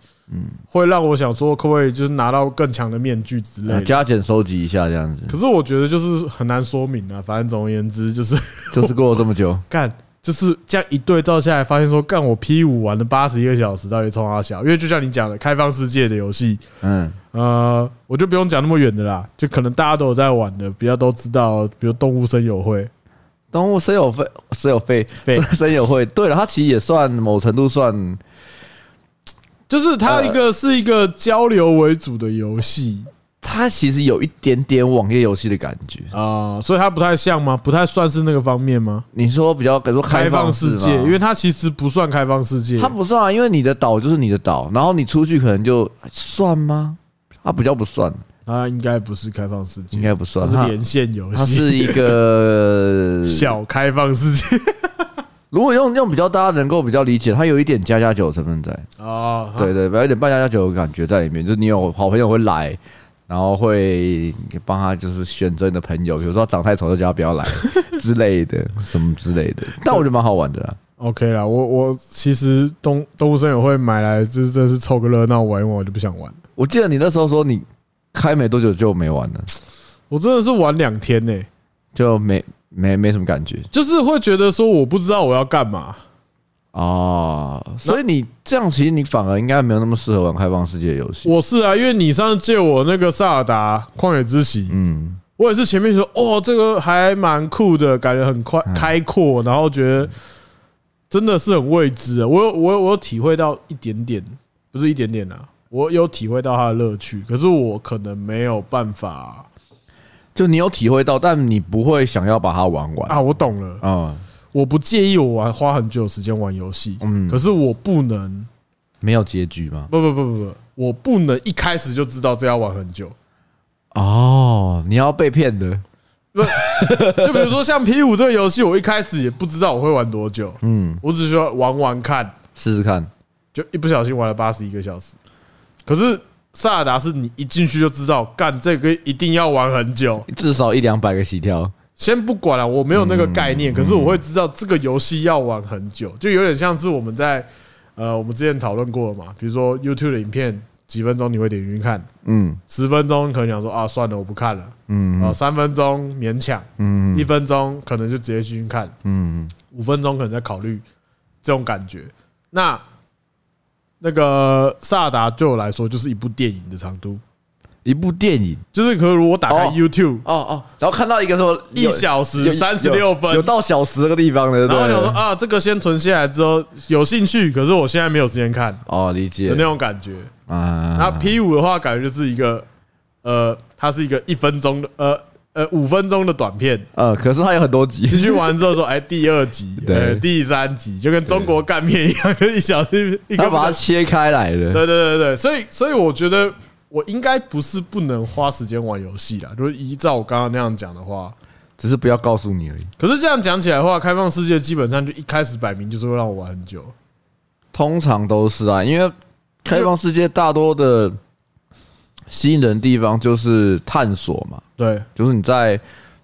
Speaker 2: 会让我想说，可不可以就是拿到更强的面具之类
Speaker 1: 呃
Speaker 2: 的。
Speaker 1: 加减收集一下这样子，
Speaker 2: 可是我觉得就是很难说明啊，反正总而言之就是
Speaker 1: 就是过了这么久，
Speaker 2: 干，就是这样一对照下来，发现说干我 P 五玩了八十一个小时，到底冲啊小？因为就像你讲的，开放世界的游戏，
Speaker 1: 嗯，
Speaker 2: 呃，我就不用讲那么远的啦，就可能大家都有在玩的，比较都知道，比如动物森友会，
Speaker 1: 动物森友会，森友会，
Speaker 2: 废
Speaker 1: 森森友会，对了，它其实也算某程度算，
Speaker 2: 就是
Speaker 1: 呃
Speaker 2: 它一个是一个交流为主的游戏
Speaker 1: 它其实有一点点网页游戏的感觉。
Speaker 2: 啊，所以它不太像吗？不太算是那个方面吗？
Speaker 1: 你说比较，比如说
Speaker 2: 开放
Speaker 1: 放
Speaker 2: 世
Speaker 1: 吗
Speaker 2: 界，因为它其实不算开放世界，
Speaker 1: 它不算啊，因为你的岛就是你的岛，然后你出去可能就算吗？它比较不算，
Speaker 2: 它啊应该不是开放世界，
Speaker 1: 应该不算
Speaker 2: 它是连线游
Speaker 1: 它
Speaker 2: 戏，
Speaker 1: 是一 个
Speaker 2: 小开放 世界
Speaker 1: 如果用用比较大家能够比较理解，它有一点加加酒成分在，
Speaker 2: 啊。
Speaker 1: 对对，有一点半加加酒的感觉在里面，就是你有好朋友会来。然后会帮他就是选择你的朋友，比如说他长太丑就叫他不要 来之类的，什么之类的。但我觉得蛮好玩的啦。啊
Speaker 2: OK 啦，我我其实动动物森友会买来就是真的是凑个热闹玩一玩，我就不想玩了。
Speaker 1: 我记得你那时候说你开没多久就没玩了，
Speaker 2: 我真的是玩两天呢、
Speaker 1: 就没没没什么感觉。
Speaker 2: 就是会觉得说我不知道我要干嘛。
Speaker 1: 哦，所以你这样其实你反而应该没有那么适合玩开放世界的游戏。
Speaker 2: 我是啊，因为你上次借我那个《萨尔达旷野之息》，
Speaker 1: 嗯，
Speaker 2: 我也是前面说哦，这个还蛮酷的，感觉很快
Speaker 1: 嗯
Speaker 2: 开阔，然后觉得真的是很未知啊。我有我有我有体会到一点点，不是一点点啊，我有体会到它的乐趣，可是我可能没有办法
Speaker 1: 就你有体会到，但你不会想要把它玩完。
Speaker 2: 啊。我懂了，
Speaker 1: 啊，
Speaker 2: 我不介意我玩花很久的时间玩游戏，
Speaker 1: 嗯，
Speaker 2: 可是我不能，
Speaker 1: 没有结局吗？
Speaker 2: 不不不不不，我不能一开始就知道这要玩很久。啊
Speaker 1: 哦，你要被骗的。
Speaker 2: 就比如说像 P 五这个游戏，我一开始也不知道我会玩多久，
Speaker 1: 嗯，
Speaker 2: 我只需要玩玩看，
Speaker 1: 试试看。
Speaker 2: 就一不小心玩了八十一个小时。可是萨尔达是你一进去就知道，干这个一定要玩很久。
Speaker 1: 至少一两百个起跳，
Speaker 2: 先不管了、我没有那个概念，可是我会知道这个游戏要玩很久，就有点像是我们在呃我们之前讨论过的嘛，比如说 YouTube 的影片几分钟你会点进去看，
Speaker 1: 嗯
Speaker 2: 十分钟你可能想说啊算了我不看了，
Speaker 1: 嗯
Speaker 2: 啊三分钟勉强，
Speaker 1: 嗯
Speaker 2: 一分钟可能就直接进去看。
Speaker 1: 嗯，
Speaker 2: 五分钟可能在考虑这种感觉。那那个《萨达》对我来说就是一部电影的长度，
Speaker 1: 一部电影
Speaker 2: 就是可能如果我打开
Speaker 1: 哦
Speaker 2: YouTube
Speaker 1: 哦哦，然后看到一个什么
Speaker 2: 一小时三十六
Speaker 1: 有
Speaker 2: 分，
Speaker 1: 到小时那个地方的，
Speaker 2: 然后
Speaker 1: 对
Speaker 2: 想说啊，这个先存下来之后有兴趣，可是我现在没有时间看
Speaker 1: 哦，理解
Speaker 2: 的那种感觉。
Speaker 1: 啊
Speaker 2: 然后 P 五的话，感觉就是一个呃，它是一个一分钟的呃呃五分钟的短片。
Speaker 1: 呃，可是它有很多 集，
Speaker 2: 进去玩之后说，哎，第二集，
Speaker 1: 对
Speaker 2: 呃，第三集，就跟中国干面一样，就一小时一
Speaker 1: 它
Speaker 2: 个
Speaker 1: 把它切开来了。
Speaker 2: 对对对对，所以所以我觉得我应该不是不能花时间玩游戏啦，就是依照我刚刚那样讲的话，
Speaker 1: 只是不要告诉你而已。
Speaker 2: 可是这样讲起来的话，开放世界基本上就一开始摆明就是会让我玩很久，
Speaker 1: 通常都是啊，因为开放世界大多的吸引人的地方就是探索嘛，
Speaker 2: 对，
Speaker 1: 就是你在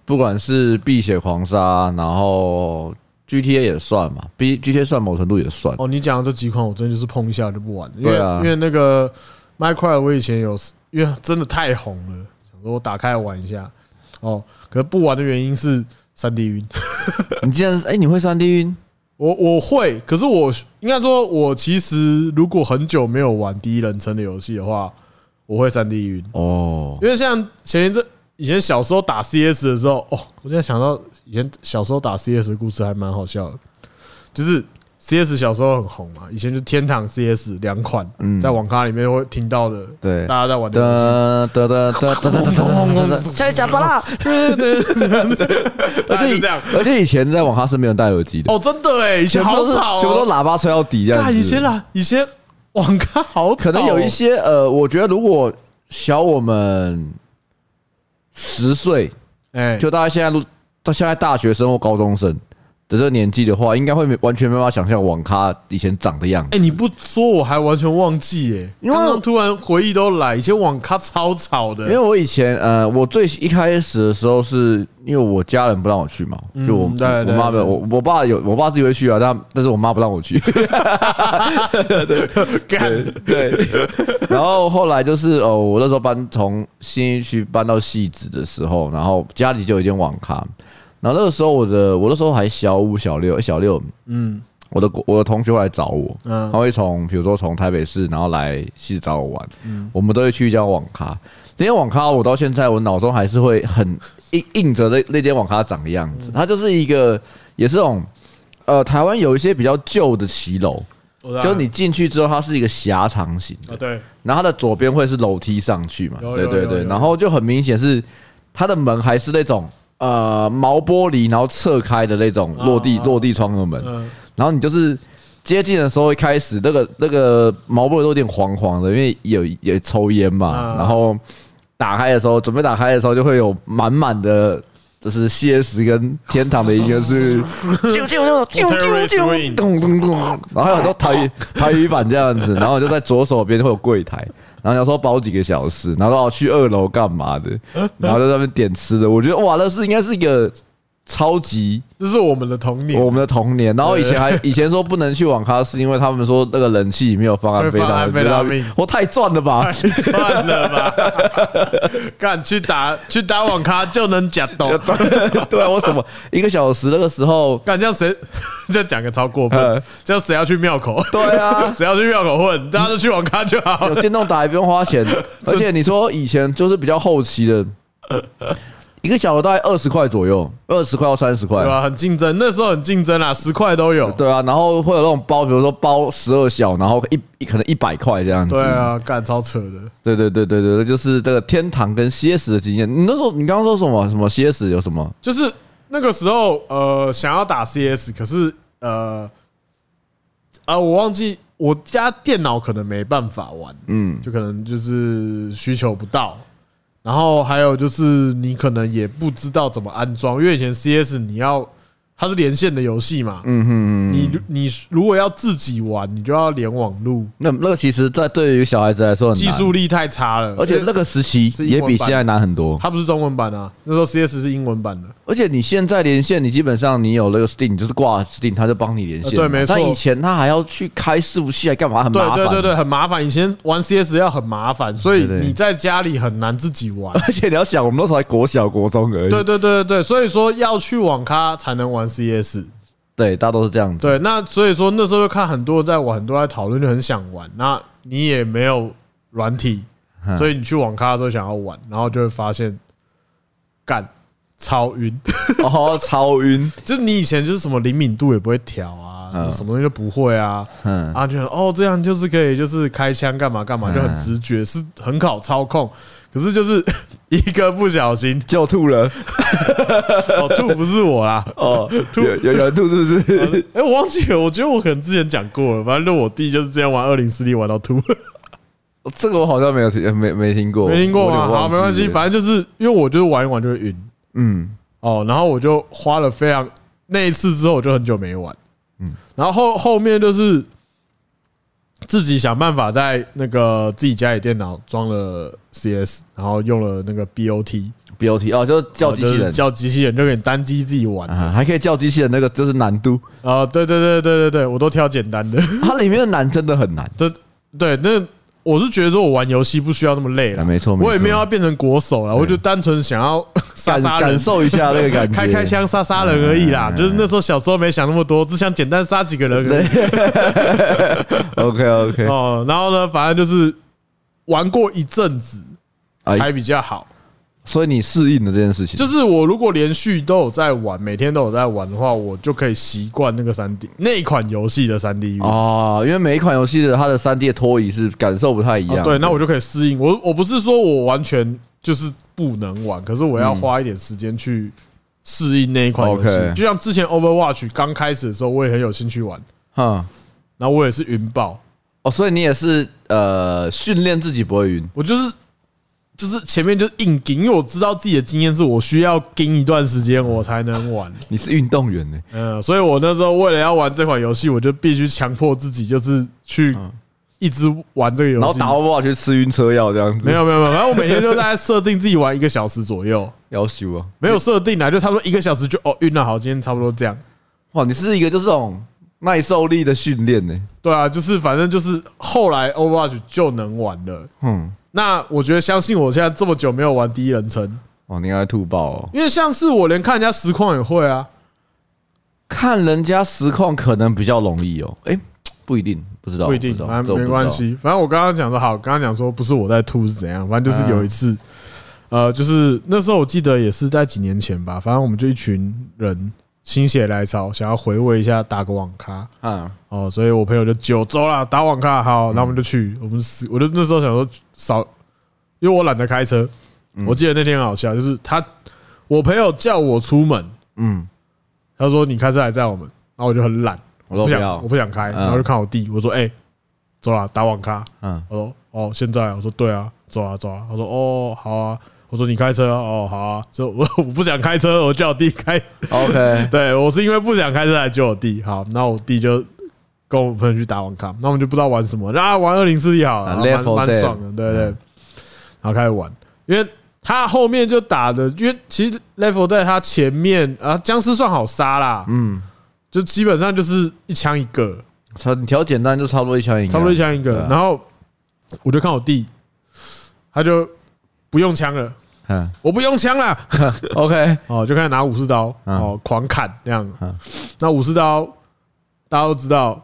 Speaker 1: 不管是《碧血狂杀》，然后 GTA 也算嘛，B GTA 算某程度也算。
Speaker 2: 哦，你讲的这几款我真的就是碰一下就不玩了，因为、
Speaker 1: 对啊
Speaker 2: 因为那个 Minecraft 我以前有，因为真的太红了，想说我打开来玩一下，哦，可是不玩的原因是三 D 晕。
Speaker 1: 你竟然哎、你会三 D 晕？
Speaker 2: 我我会，可是我应该说，我其实如果很久没有玩第一人称的游戏的话，我会三 D 晕，
Speaker 1: 哦，
Speaker 2: 因为像前一阵以前小时候打 CS 的时候，哦，我现在想到以前小时候打 CS 的故事还蛮好笑的，就是 CS 小时候很红嘛，以前就天堂 CS 两款，在网咖里面会听到的，
Speaker 1: 对
Speaker 2: 大家在玩的游戏。
Speaker 1: 得得得得得得得，
Speaker 3: 下一讲吧啦，
Speaker 2: 对对对，
Speaker 1: 而
Speaker 2: 大家
Speaker 1: 且
Speaker 2: 就
Speaker 1: 以
Speaker 2: 这样。
Speaker 1: 而且以前在网咖是没有人戴耳机的，
Speaker 2: 哦，真的哎，以前
Speaker 1: 全部
Speaker 2: 好
Speaker 1: 都是
Speaker 2: 吵、哦，
Speaker 1: 全部都喇叭吹到底这样
Speaker 2: 干
Speaker 1: 子。
Speaker 2: 啊以前啦，以前网咖好吵哦、
Speaker 1: 可能有一些呃，我觉得如果小我们十岁，
Speaker 2: 哎，
Speaker 1: 就大家现在都到现在大学生或高中生的这个年纪的话，应该会没完全没办法想象网咖以前长的样子。
Speaker 2: 哎、你不说我还完全忘记哎、
Speaker 1: 因为
Speaker 2: 刚刚突然回忆都来，以前网咖超吵的，
Speaker 1: 因为我以前呃，我最一开始的时候是因为我家人不让我去嘛，就我、
Speaker 2: 对嗯对
Speaker 1: 我妈没
Speaker 2: 对
Speaker 1: 有，我我爸有，我爸自己会去啊，但但是我妈不让我去。
Speaker 2: 干
Speaker 1: 对，然后后来就是哦，我那时候搬从新一区搬到戏子的时候，然后家里就有一间网咖，然后那个时候我的我那时候还小五小六，诶小六，
Speaker 2: 嗯
Speaker 1: 我的我的同学会来找我，
Speaker 2: 嗯
Speaker 1: 他会从比如说从台北市，然后来戏子找我玩，
Speaker 2: 嗯
Speaker 1: 我们都会去一家网咖。那间网咖我到现在我脑中还是会很印印着那那间网咖长的样
Speaker 2: 嗯
Speaker 1: 子，它就是一个也是那种呃台湾有一些比较旧的骑楼，
Speaker 2: 我知道
Speaker 1: 就是你进去之后它是一个狭长型的
Speaker 2: 啊，对，
Speaker 1: 然后它的左边会是楼梯上去嘛，
Speaker 2: 有
Speaker 1: 对
Speaker 2: 有
Speaker 1: 对
Speaker 2: 有
Speaker 1: 对，
Speaker 2: 有
Speaker 1: 然后就很明显是它的门还是那种呃毛玻璃，然后侧开的那种落地
Speaker 2: 啊
Speaker 1: 落地窗的门，
Speaker 2: 嗯
Speaker 1: 然后你就是接近的时候，一开始那个那个毛玻璃都有点黄黄的，因为有有抽烟嘛
Speaker 2: 啊，
Speaker 1: 然后打开的时候，准备打开的时候就会有满满的。就是 CS 跟天堂的音乐是
Speaker 3: 就就就就就
Speaker 2: Terrorist
Speaker 3: 就。
Speaker 2: Ring
Speaker 1: 咚咚咚，然后还有很多台语台语版这样子，然后就在左手边会有柜台，然后有时候包几个小时，然后说哦去二楼干嘛的，然后在那边点吃的，我觉得哇，那是应该是一个超级
Speaker 2: 这是我们的童年，
Speaker 1: 我们的童年。然后以前还以前说不能去网咖，是因为他们说那个冷气里面有放安非
Speaker 2: 会放
Speaker 1: 他
Speaker 2: 安非
Speaker 1: 命，
Speaker 2: 他命
Speaker 1: 我太赚了吧
Speaker 2: 哎！算了吧， 干去打去打网咖就能假懂，
Speaker 1: 对啊，我什么一个小时那个时 候，
Speaker 2: 干这样谁这样讲个超过
Speaker 1: 呃
Speaker 2: 分，这样谁要去庙口？
Speaker 1: 对啊，
Speaker 2: 谁要去庙口混？大家都去网咖就好
Speaker 1: 有
Speaker 2: 了。
Speaker 1: 电动打也不用花 钱，而且你说以前就是比较后期的，一个小时大概二十块左右，二十块到三十块
Speaker 2: 对。啊吧？很竞争，那时候很竞争啦，十块都有。
Speaker 1: 对啊，然后会有那种包，比如说包十二小，然后一一可能一百块这样子。
Speaker 2: 对，啊，干超扯的。
Speaker 1: 对对对对对，就是这个天堂跟 CS 的经验。你那时候你刚刚说什么什么 CS 有什么？
Speaker 2: 就是那个时候，呃，想要打 CS，可是呃，啊，我忘记我家电脑可能没办法玩，
Speaker 1: 嗯，
Speaker 2: 就可能就是需求不到。然后还有就是你可能也不知道怎么安装，因为以前 CS 你要它是连线的游戏嘛，嗯哼，你你如果要自己玩，你就要连网路，
Speaker 1: 那那个其实，在对于小孩子来说很
Speaker 2: 技
Speaker 1: 难，
Speaker 2: 术力太差了，
Speaker 1: 而且那个时期
Speaker 2: 是
Speaker 1: 也
Speaker 2: 英文
Speaker 1: 比
Speaker 2: 版
Speaker 1: 现在难很多。
Speaker 2: 它不是中文版啊，那时候 CS 是英文版的，
Speaker 1: 而且你现在连线，你基本上你有那个 Steam，你就是挂 Steam，它就帮你连线嘛。
Speaker 2: 呃对没错
Speaker 1: 但以前他还要去开伺服器来干嘛，很
Speaker 2: 对
Speaker 1: 麻烦。
Speaker 2: 对对对，很麻烦。以前玩 CS 要很麻烦，所以
Speaker 1: 对对
Speaker 2: 你在家里很难自己玩。
Speaker 1: 而且你要想，我们那时候还国小、国中而已。
Speaker 2: 对对对对对，所以说要去网咖才能玩 CS。
Speaker 1: 对，大家都是这样子。
Speaker 2: 对，那所以说那时候就看很多人在玩，很多人在讨论，就很想玩。那你也没有软体，
Speaker 1: 嗯
Speaker 2: 所以你去网咖的时候想要玩，然后就会发现干超晕，
Speaker 1: 哦，超晕。
Speaker 2: 就是你以前就是什么灵敏度也不会调啊，
Speaker 1: 嗯
Speaker 2: 什么东西都不会啊，
Speaker 1: 嗯，
Speaker 2: 啊，觉得哦，这样就是可以，就是开枪干嘛干嘛，就很
Speaker 1: 嗯
Speaker 2: 直觉，是很好操控。可是就是 一个不小心，
Speaker 1: 就吐了。
Speaker 2: 哦， 吐不是我啦，
Speaker 1: 哦，
Speaker 2: 吐
Speaker 1: 有有人吐是不 是？
Speaker 2: 哎，我忘记了，我觉得我可能之前讲过了，反正就我弟就是之前玩二零四力玩到吐，
Speaker 1: 这个我好像没有听，没没听过，
Speaker 2: 没听过
Speaker 1: 我有
Speaker 2: 吗？
Speaker 1: 点忘
Speaker 2: 好，
Speaker 1: 记
Speaker 2: 没关系，
Speaker 1: 了
Speaker 2: 反正就是因为我就是玩一玩就会晕
Speaker 1: 嗯，
Speaker 2: 哦，然后我就花了非常那一次之后，我就很久没玩，嗯，然后后后面就是自己想办法在那个自己家里电脑装了 CS，然后用了那个 BOT。
Speaker 1: ，BOT 哦，就是叫机器
Speaker 2: 哦就是
Speaker 1: 人，
Speaker 2: 叫机器人就给你单机自己玩啊、
Speaker 1: 啊，还可以叫机器人，那个就是难度，
Speaker 2: 对对对对对对，我都挑简单的。
Speaker 1: 它里面的难真的很难。
Speaker 2: 这对，那我是觉得说我玩游戏不需要那么累了、
Speaker 1: 啊没错没错
Speaker 2: 我也没有要变成国手了，我就单纯想要 杀
Speaker 1: 感
Speaker 2: 杀人
Speaker 1: 感。受一下那个感觉，
Speaker 2: 开开枪杀杀人而
Speaker 1: 哎
Speaker 2: 已啦，就是那时候小时候没想那么多，只想简单杀几个人 而已哦
Speaker 1: ，OK OK，
Speaker 2: 哦。然后呢，反正就是玩过一阵子
Speaker 1: 哎
Speaker 2: 才比较好，
Speaker 1: 所以你适应了这件事情，
Speaker 2: 就是我如果连续都有在玩，每天都有在玩的话，我就可以习惯那个三 D 那一款游戏的三 D 晕。
Speaker 1: 哦，因为每一款游戏的它的三 D 的拖移是感受不太一样
Speaker 2: 哦
Speaker 1: 的。
Speaker 2: 对，那我就可以适应。我我不是说我完全就是不能玩，可是我要花一点时间去适应那一款游戏。
Speaker 1: 嗯 OK
Speaker 2: 就像之前 Overwatch 刚开始的时候，我也很有兴趣玩，
Speaker 1: 哼，
Speaker 2: 然后我也是云爆，
Speaker 1: 哦，所以你也是呃训练自己不会晕，
Speaker 2: 我就是就是前面就是硬盯，因为我知道自己的经验是我需要盯一段时间我才能 玩。
Speaker 1: 你是运动员呢、
Speaker 2: 嗯，所以我那时候为了要玩这款游戏，我就必须强迫自己就是去一直玩这个游
Speaker 1: 嗯
Speaker 2: 戏。
Speaker 1: 然后打 o v e 去吃晕车药这样子，
Speaker 2: 没有没有没有，反正我每天就大概设定自己玩一个小时左右。
Speaker 1: 要修啊！
Speaker 2: 没有设定啊，就差不多一个小时就哦晕了，好，今天差不多这样。
Speaker 1: 哇，你是一个就这种耐受力的训练呢，
Speaker 2: 对啊，就是反正就是后来 Overwatch 就能玩了。
Speaker 1: 嗯，
Speaker 2: 那我觉得相信我现在这么久没有玩第一人称，
Speaker 1: 哇，你应该吐爆哦！
Speaker 2: 因为像是我连看人家实况也会啊，
Speaker 1: 看人家实况可能比较容易哦，哎，不一定，不知道，
Speaker 2: 不一定，
Speaker 1: 知道
Speaker 2: 反
Speaker 1: 这我
Speaker 2: 正
Speaker 1: 不知
Speaker 2: 没
Speaker 1: 道
Speaker 2: 关系。反正我刚刚讲说好，刚刚讲说不是我在吐是怎样，反正就是有一次，
Speaker 1: 嗯
Speaker 2: 呃，就是那时候我记得也是在几年前吧，反正我们就一群人心血来潮，想要回味一下打个网咖，
Speaker 1: 嗯，
Speaker 2: 哦，所以我朋友就九州啦，打网咖好，然后我们就去，我们是我就那时候想说少，因为我懒得开车。
Speaker 1: 嗯
Speaker 2: 我记得那天很好笑，就是他我朋友叫我出门，
Speaker 1: 嗯，
Speaker 2: 他说你开车还载我们，然后我就很懒，
Speaker 1: 我都
Speaker 2: 不
Speaker 1: 不
Speaker 2: 想
Speaker 1: 要
Speaker 2: 我，不想开，然后就看我弟，我说哎、走啦，打网咖。
Speaker 1: 嗯，
Speaker 2: 我说哦，现在啊我说对啊，走啊走啊。他说哦，好啊。我说你开车啊哦，好啊。就我 我不想开车，我叫我弟开。
Speaker 1: OK，
Speaker 2: 对我是因为不想开车才救我弟。好，那我弟就跟我朋友去打网咖，那我们就不知道玩什么，然后玩二零四一好了，
Speaker 1: 啊
Speaker 2: 然后蛮
Speaker 1: Left 4 Dead
Speaker 2: 蛮爽的，对对。
Speaker 1: 嗯
Speaker 2: 然后开始玩，因为他后面就打的，因为其实 level 在他前面啊，僵尸算好杀啦，
Speaker 1: 嗯，
Speaker 2: 就基本上就是一枪一个，
Speaker 1: 差你调简单就差不多一枪赢，
Speaker 2: 差不多一，枪一个
Speaker 1: 对。啊
Speaker 2: 然后我就看我弟，他就不用枪了，
Speaker 1: 嗯
Speaker 2: 我不用 枪了，
Speaker 1: ，OK，
Speaker 2: 哦，就开始拿武士刀
Speaker 1: 嗯
Speaker 2: 哦，狂砍这样
Speaker 1: 嗯。
Speaker 2: 那武士刀大家都知道，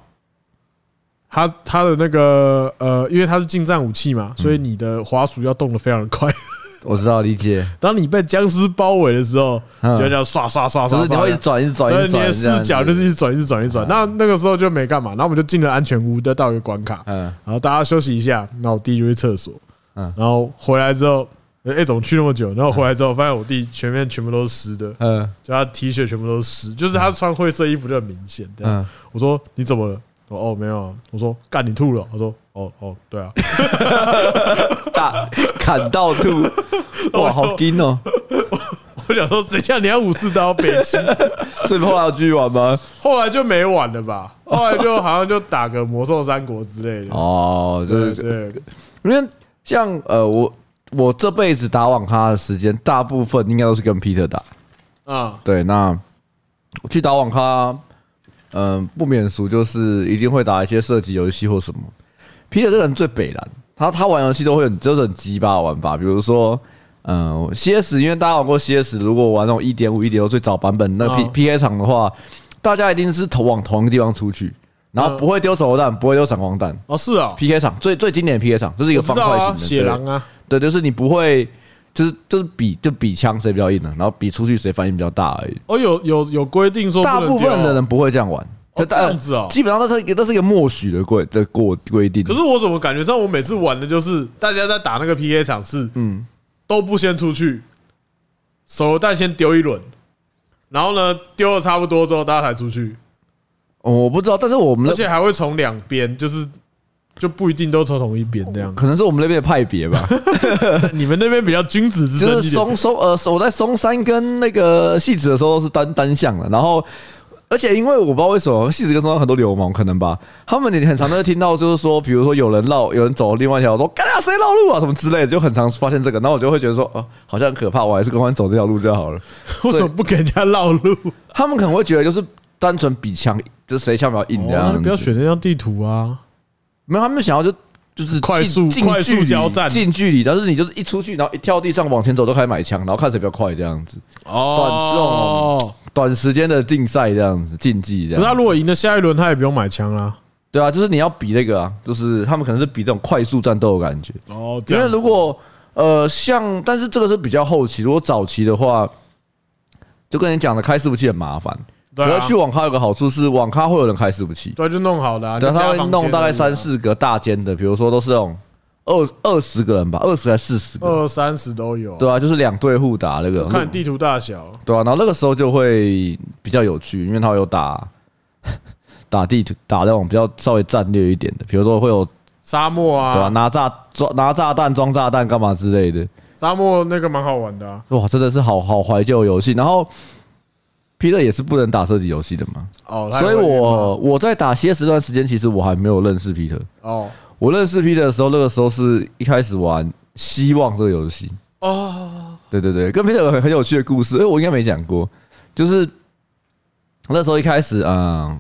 Speaker 2: 它它的那个呃，因为它是近战武器嘛，所以
Speaker 1: 嗯
Speaker 2: 你的滑鼠要动得非常的快。
Speaker 1: 我知道理解，
Speaker 2: 当你被僵尸包围的时候，
Speaker 1: 嗯
Speaker 2: 就要这样刷刷刷
Speaker 1: 就
Speaker 2: 刷
Speaker 1: 是你
Speaker 2: 刷
Speaker 1: 会一直。转，一直转，一
Speaker 2: 对，
Speaker 1: 直
Speaker 2: 你的
Speaker 1: 转，这样
Speaker 2: 视
Speaker 1: 子嗯
Speaker 2: 角就是一直转，一直转，一直转。那那个时候就没干嘛，然后我们就进了安全屋，再到一个关卡，
Speaker 1: 嗯，
Speaker 2: 然后大家休息一下，那我弟就去厕所，
Speaker 1: 嗯
Speaker 2: 然后回来之后，哎、怎么去那么久？然后回来之后，发现我弟前面全部都是湿的，
Speaker 1: 嗯
Speaker 2: 就他 T 恤全部都是湿，就是他穿灰色衣服就很明显。这样
Speaker 1: 嗯，
Speaker 2: 我说你怎么了？我说哦没有啊。我说干你吐了。他说哦哦对啊。
Speaker 1: 大砍到吐，哇，好惊哦！
Speaker 2: 我想说谁叫你要武士刀北 京？
Speaker 1: 所以后来有继续玩吗？
Speaker 2: 后来就没玩了吧？后来就好像就打个魔兽三国之类的。
Speaker 1: 哦，就
Speaker 2: 对
Speaker 1: 是
Speaker 2: 对，对
Speaker 1: 因为像呃，我我这辈子打网咖的时间，大部分应该都是跟 Peter 打。
Speaker 2: 啊
Speaker 1: 对，那我去打网咖，嗯，不免俗就是一定会打一些射击游戏或什么。Peter 这个人最北蓝，他他玩游戏都会很就是很鸡巴的玩法，比如说。嗯，CS 因为大家玩过 CS，如果玩那种一点五、一点六最早版本那 P
Speaker 2: 嗯
Speaker 1: P A 场的话，大家一定是投往同一个地方出去，然后
Speaker 2: 嗯
Speaker 1: 不会丢手榴弹，不会丢闪光弹。
Speaker 2: 哦是啊，
Speaker 1: P K 场最最经典的 P K 场，这是一
Speaker 2: 我
Speaker 1: 个
Speaker 2: 知
Speaker 1: 方
Speaker 2: 道
Speaker 1: 块型
Speaker 2: 啊，
Speaker 1: 的
Speaker 2: 血狼啊，
Speaker 1: 对，对就是你不会，就是就是比就比枪谁比较硬啊呢、然后比出去谁反应比较大而已。
Speaker 2: 哦有有有规定说不
Speaker 1: 大
Speaker 2: 能
Speaker 1: 部分
Speaker 2: 丢啊
Speaker 1: 的人不会这样玩，
Speaker 2: 哦
Speaker 1: 就大
Speaker 2: 这样子哦
Speaker 1: 基本上那是一个那是一个默许的规的过规定。
Speaker 2: 可是我怎么感觉上我每次玩的就是大家在打那个 PK 场是，嗯
Speaker 1: 嗯，
Speaker 2: 都不先出去，手榴弹先丢一轮，然后呢丢了差不多之后大家才出去，
Speaker 1: 哦我不知道，但是我们
Speaker 2: 而
Speaker 1: 那。
Speaker 2: 且还会从两边，就是就不一定都从同一边这样
Speaker 1: 可能是我们那边的派别 吧，
Speaker 2: 你们那边比较君子之
Speaker 1: 哦就
Speaker 2: 争
Speaker 1: 是
Speaker 2: 一点，
Speaker 1: 松松呃，我在松山跟那个戏子的时候是单单向的，然后。而且因为我不知道为什么戏子跟松山很多流氓，可能吧，他们也很常都会听到，就是说，比如说有人绕，有人走另外一条，说干啊谁绕路啊什么之类的，就很常发现这个，然后我就会觉得说，哦，好像很可怕，我还是乖乖走这条路就好了。
Speaker 2: 为什么不给人家绕路？
Speaker 1: 他们可能会觉得就是单纯比枪，就是谁枪比较硬这样
Speaker 2: 哦那
Speaker 1: 子
Speaker 2: 就不要选那张地图啊！
Speaker 1: 没有，他们想要就就是
Speaker 2: 快
Speaker 1: 近
Speaker 2: 速
Speaker 1: 近
Speaker 2: 快
Speaker 1: 距
Speaker 2: 速
Speaker 1: 离
Speaker 2: 交战
Speaker 1: 近距离，但是你就是一出去，然后一跳地上往前走就开始买枪，然后看谁比较快这样子，
Speaker 2: 哦，
Speaker 1: 短时间的竞赛这样子，竞技这
Speaker 2: 可是他
Speaker 1: 样。
Speaker 2: 如果赢了下一轮，他也不用买枪啦。
Speaker 1: 对啊，就是你要比那个啊，就是他们可能是比这种快速战斗的感觉，
Speaker 2: 哦，这
Speaker 1: 因为
Speaker 2: 样
Speaker 1: 如果呃，像但是这个是比较后期，如果早期的话，就跟你讲的开伺服器很麻烦。
Speaker 2: 对
Speaker 1: 我
Speaker 2: 啊
Speaker 1: 要去网咖有个好处是，网咖会有人开伺服器，
Speaker 2: 对啊，就弄好了、啊，
Speaker 1: 对，
Speaker 2: 你加
Speaker 1: 他会
Speaker 2: 房
Speaker 1: 弄
Speaker 2: 间
Speaker 1: 大
Speaker 2: 而
Speaker 1: 概
Speaker 2: 已啊
Speaker 1: 三、四个大间的，比如说都是那种二二十个人吧，二十还四十个，
Speaker 2: 二三十都有。
Speaker 1: 对啊，就是两队互打那个，
Speaker 2: 哦看地图大小，
Speaker 1: 对啊，然后那个时候就会比较有趣，因为他有打 打地图，打那种比较稍微战略一点的，比如说会有
Speaker 2: 沙漠啊，
Speaker 1: 对吧、拿炸装拿炸弹装炸弹干嘛之类的，
Speaker 2: 沙漠那个蛮好玩的、啊。
Speaker 1: 哇，真的是好好怀旧游戏。然后 Peter 也是不能打射击游戏的嘛，
Speaker 2: 哦，它有
Speaker 1: 所以我
Speaker 2: 点
Speaker 1: 我在打 CS 这段时间，其实我还没有认识 Peter。
Speaker 2: 麻哦
Speaker 1: 我认识 Peter 的时候，那个时候是一开始玩《希望》这个游戏。
Speaker 2: 哦，
Speaker 1: 对对对，跟 Peter 有很很有趣的故事，哎，我应该没讲过，就是那时候一开始，嗯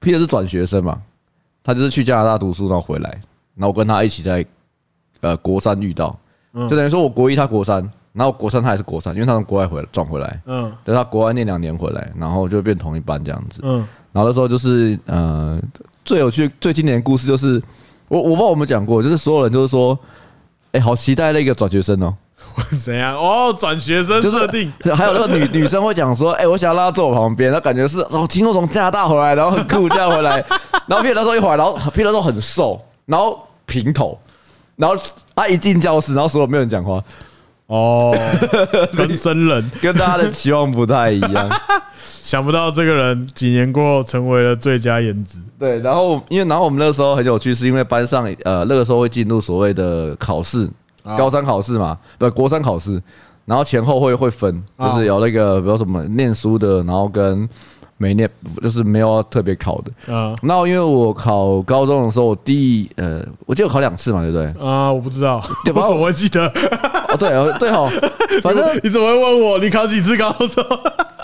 Speaker 1: ，Peter 是转学生嘛，他就是去加拿大读书，然后回来，然后我跟他一起在呃国三遇到，
Speaker 2: 嗯
Speaker 1: 就等于说我国一他国三，然后国三他也是国三，因为他从国外回来转回来，
Speaker 2: 嗯
Speaker 1: 等他国外念两年回来，然后就变同一班这样子，
Speaker 2: 嗯，
Speaker 1: 然后那时候就是呃，最有趣、最经典的故事就是，我我不知道我们讲过，就是所有人就是说，哎、好期待那个转学生哦、
Speaker 2: 怎样？哦，转学生
Speaker 1: 就是
Speaker 2: 设定，
Speaker 1: 还有那个女女生会讲说，哎、我想要让他坐我旁边，她感觉是哦，听说从加拿大回来，然后很酷这样回来，然后皮特那时候一回来，然后皮特那时候很瘦，然后平头，然后他一进教室，然后所有没有人讲话，
Speaker 2: 哦，跟生人，
Speaker 1: 跟大家的期望不太一样。
Speaker 2: 想不到这个人几年过后成为了最佳颜值。
Speaker 1: 对，然后因为然后我们那时候很有趣，是因为班上呃那个时候会进入所谓的考试，
Speaker 2: 啊
Speaker 1: 高三考试嘛，不国三考试，然后前后会会分，
Speaker 2: 啊
Speaker 1: 就是有那个比如什么念书的，然后跟没念就是没有特别考的。
Speaker 2: 啊？
Speaker 1: 那因为我考高中的时候，我第呃我记得我考两次嘛，对不对
Speaker 2: 啊，我不知道，
Speaker 1: 对
Speaker 2: 我
Speaker 1: 吧
Speaker 2: 怎么会记 得？
Speaker 1: 哦对哦对哦，反正
Speaker 2: 你怎么会问我？你考几次高中？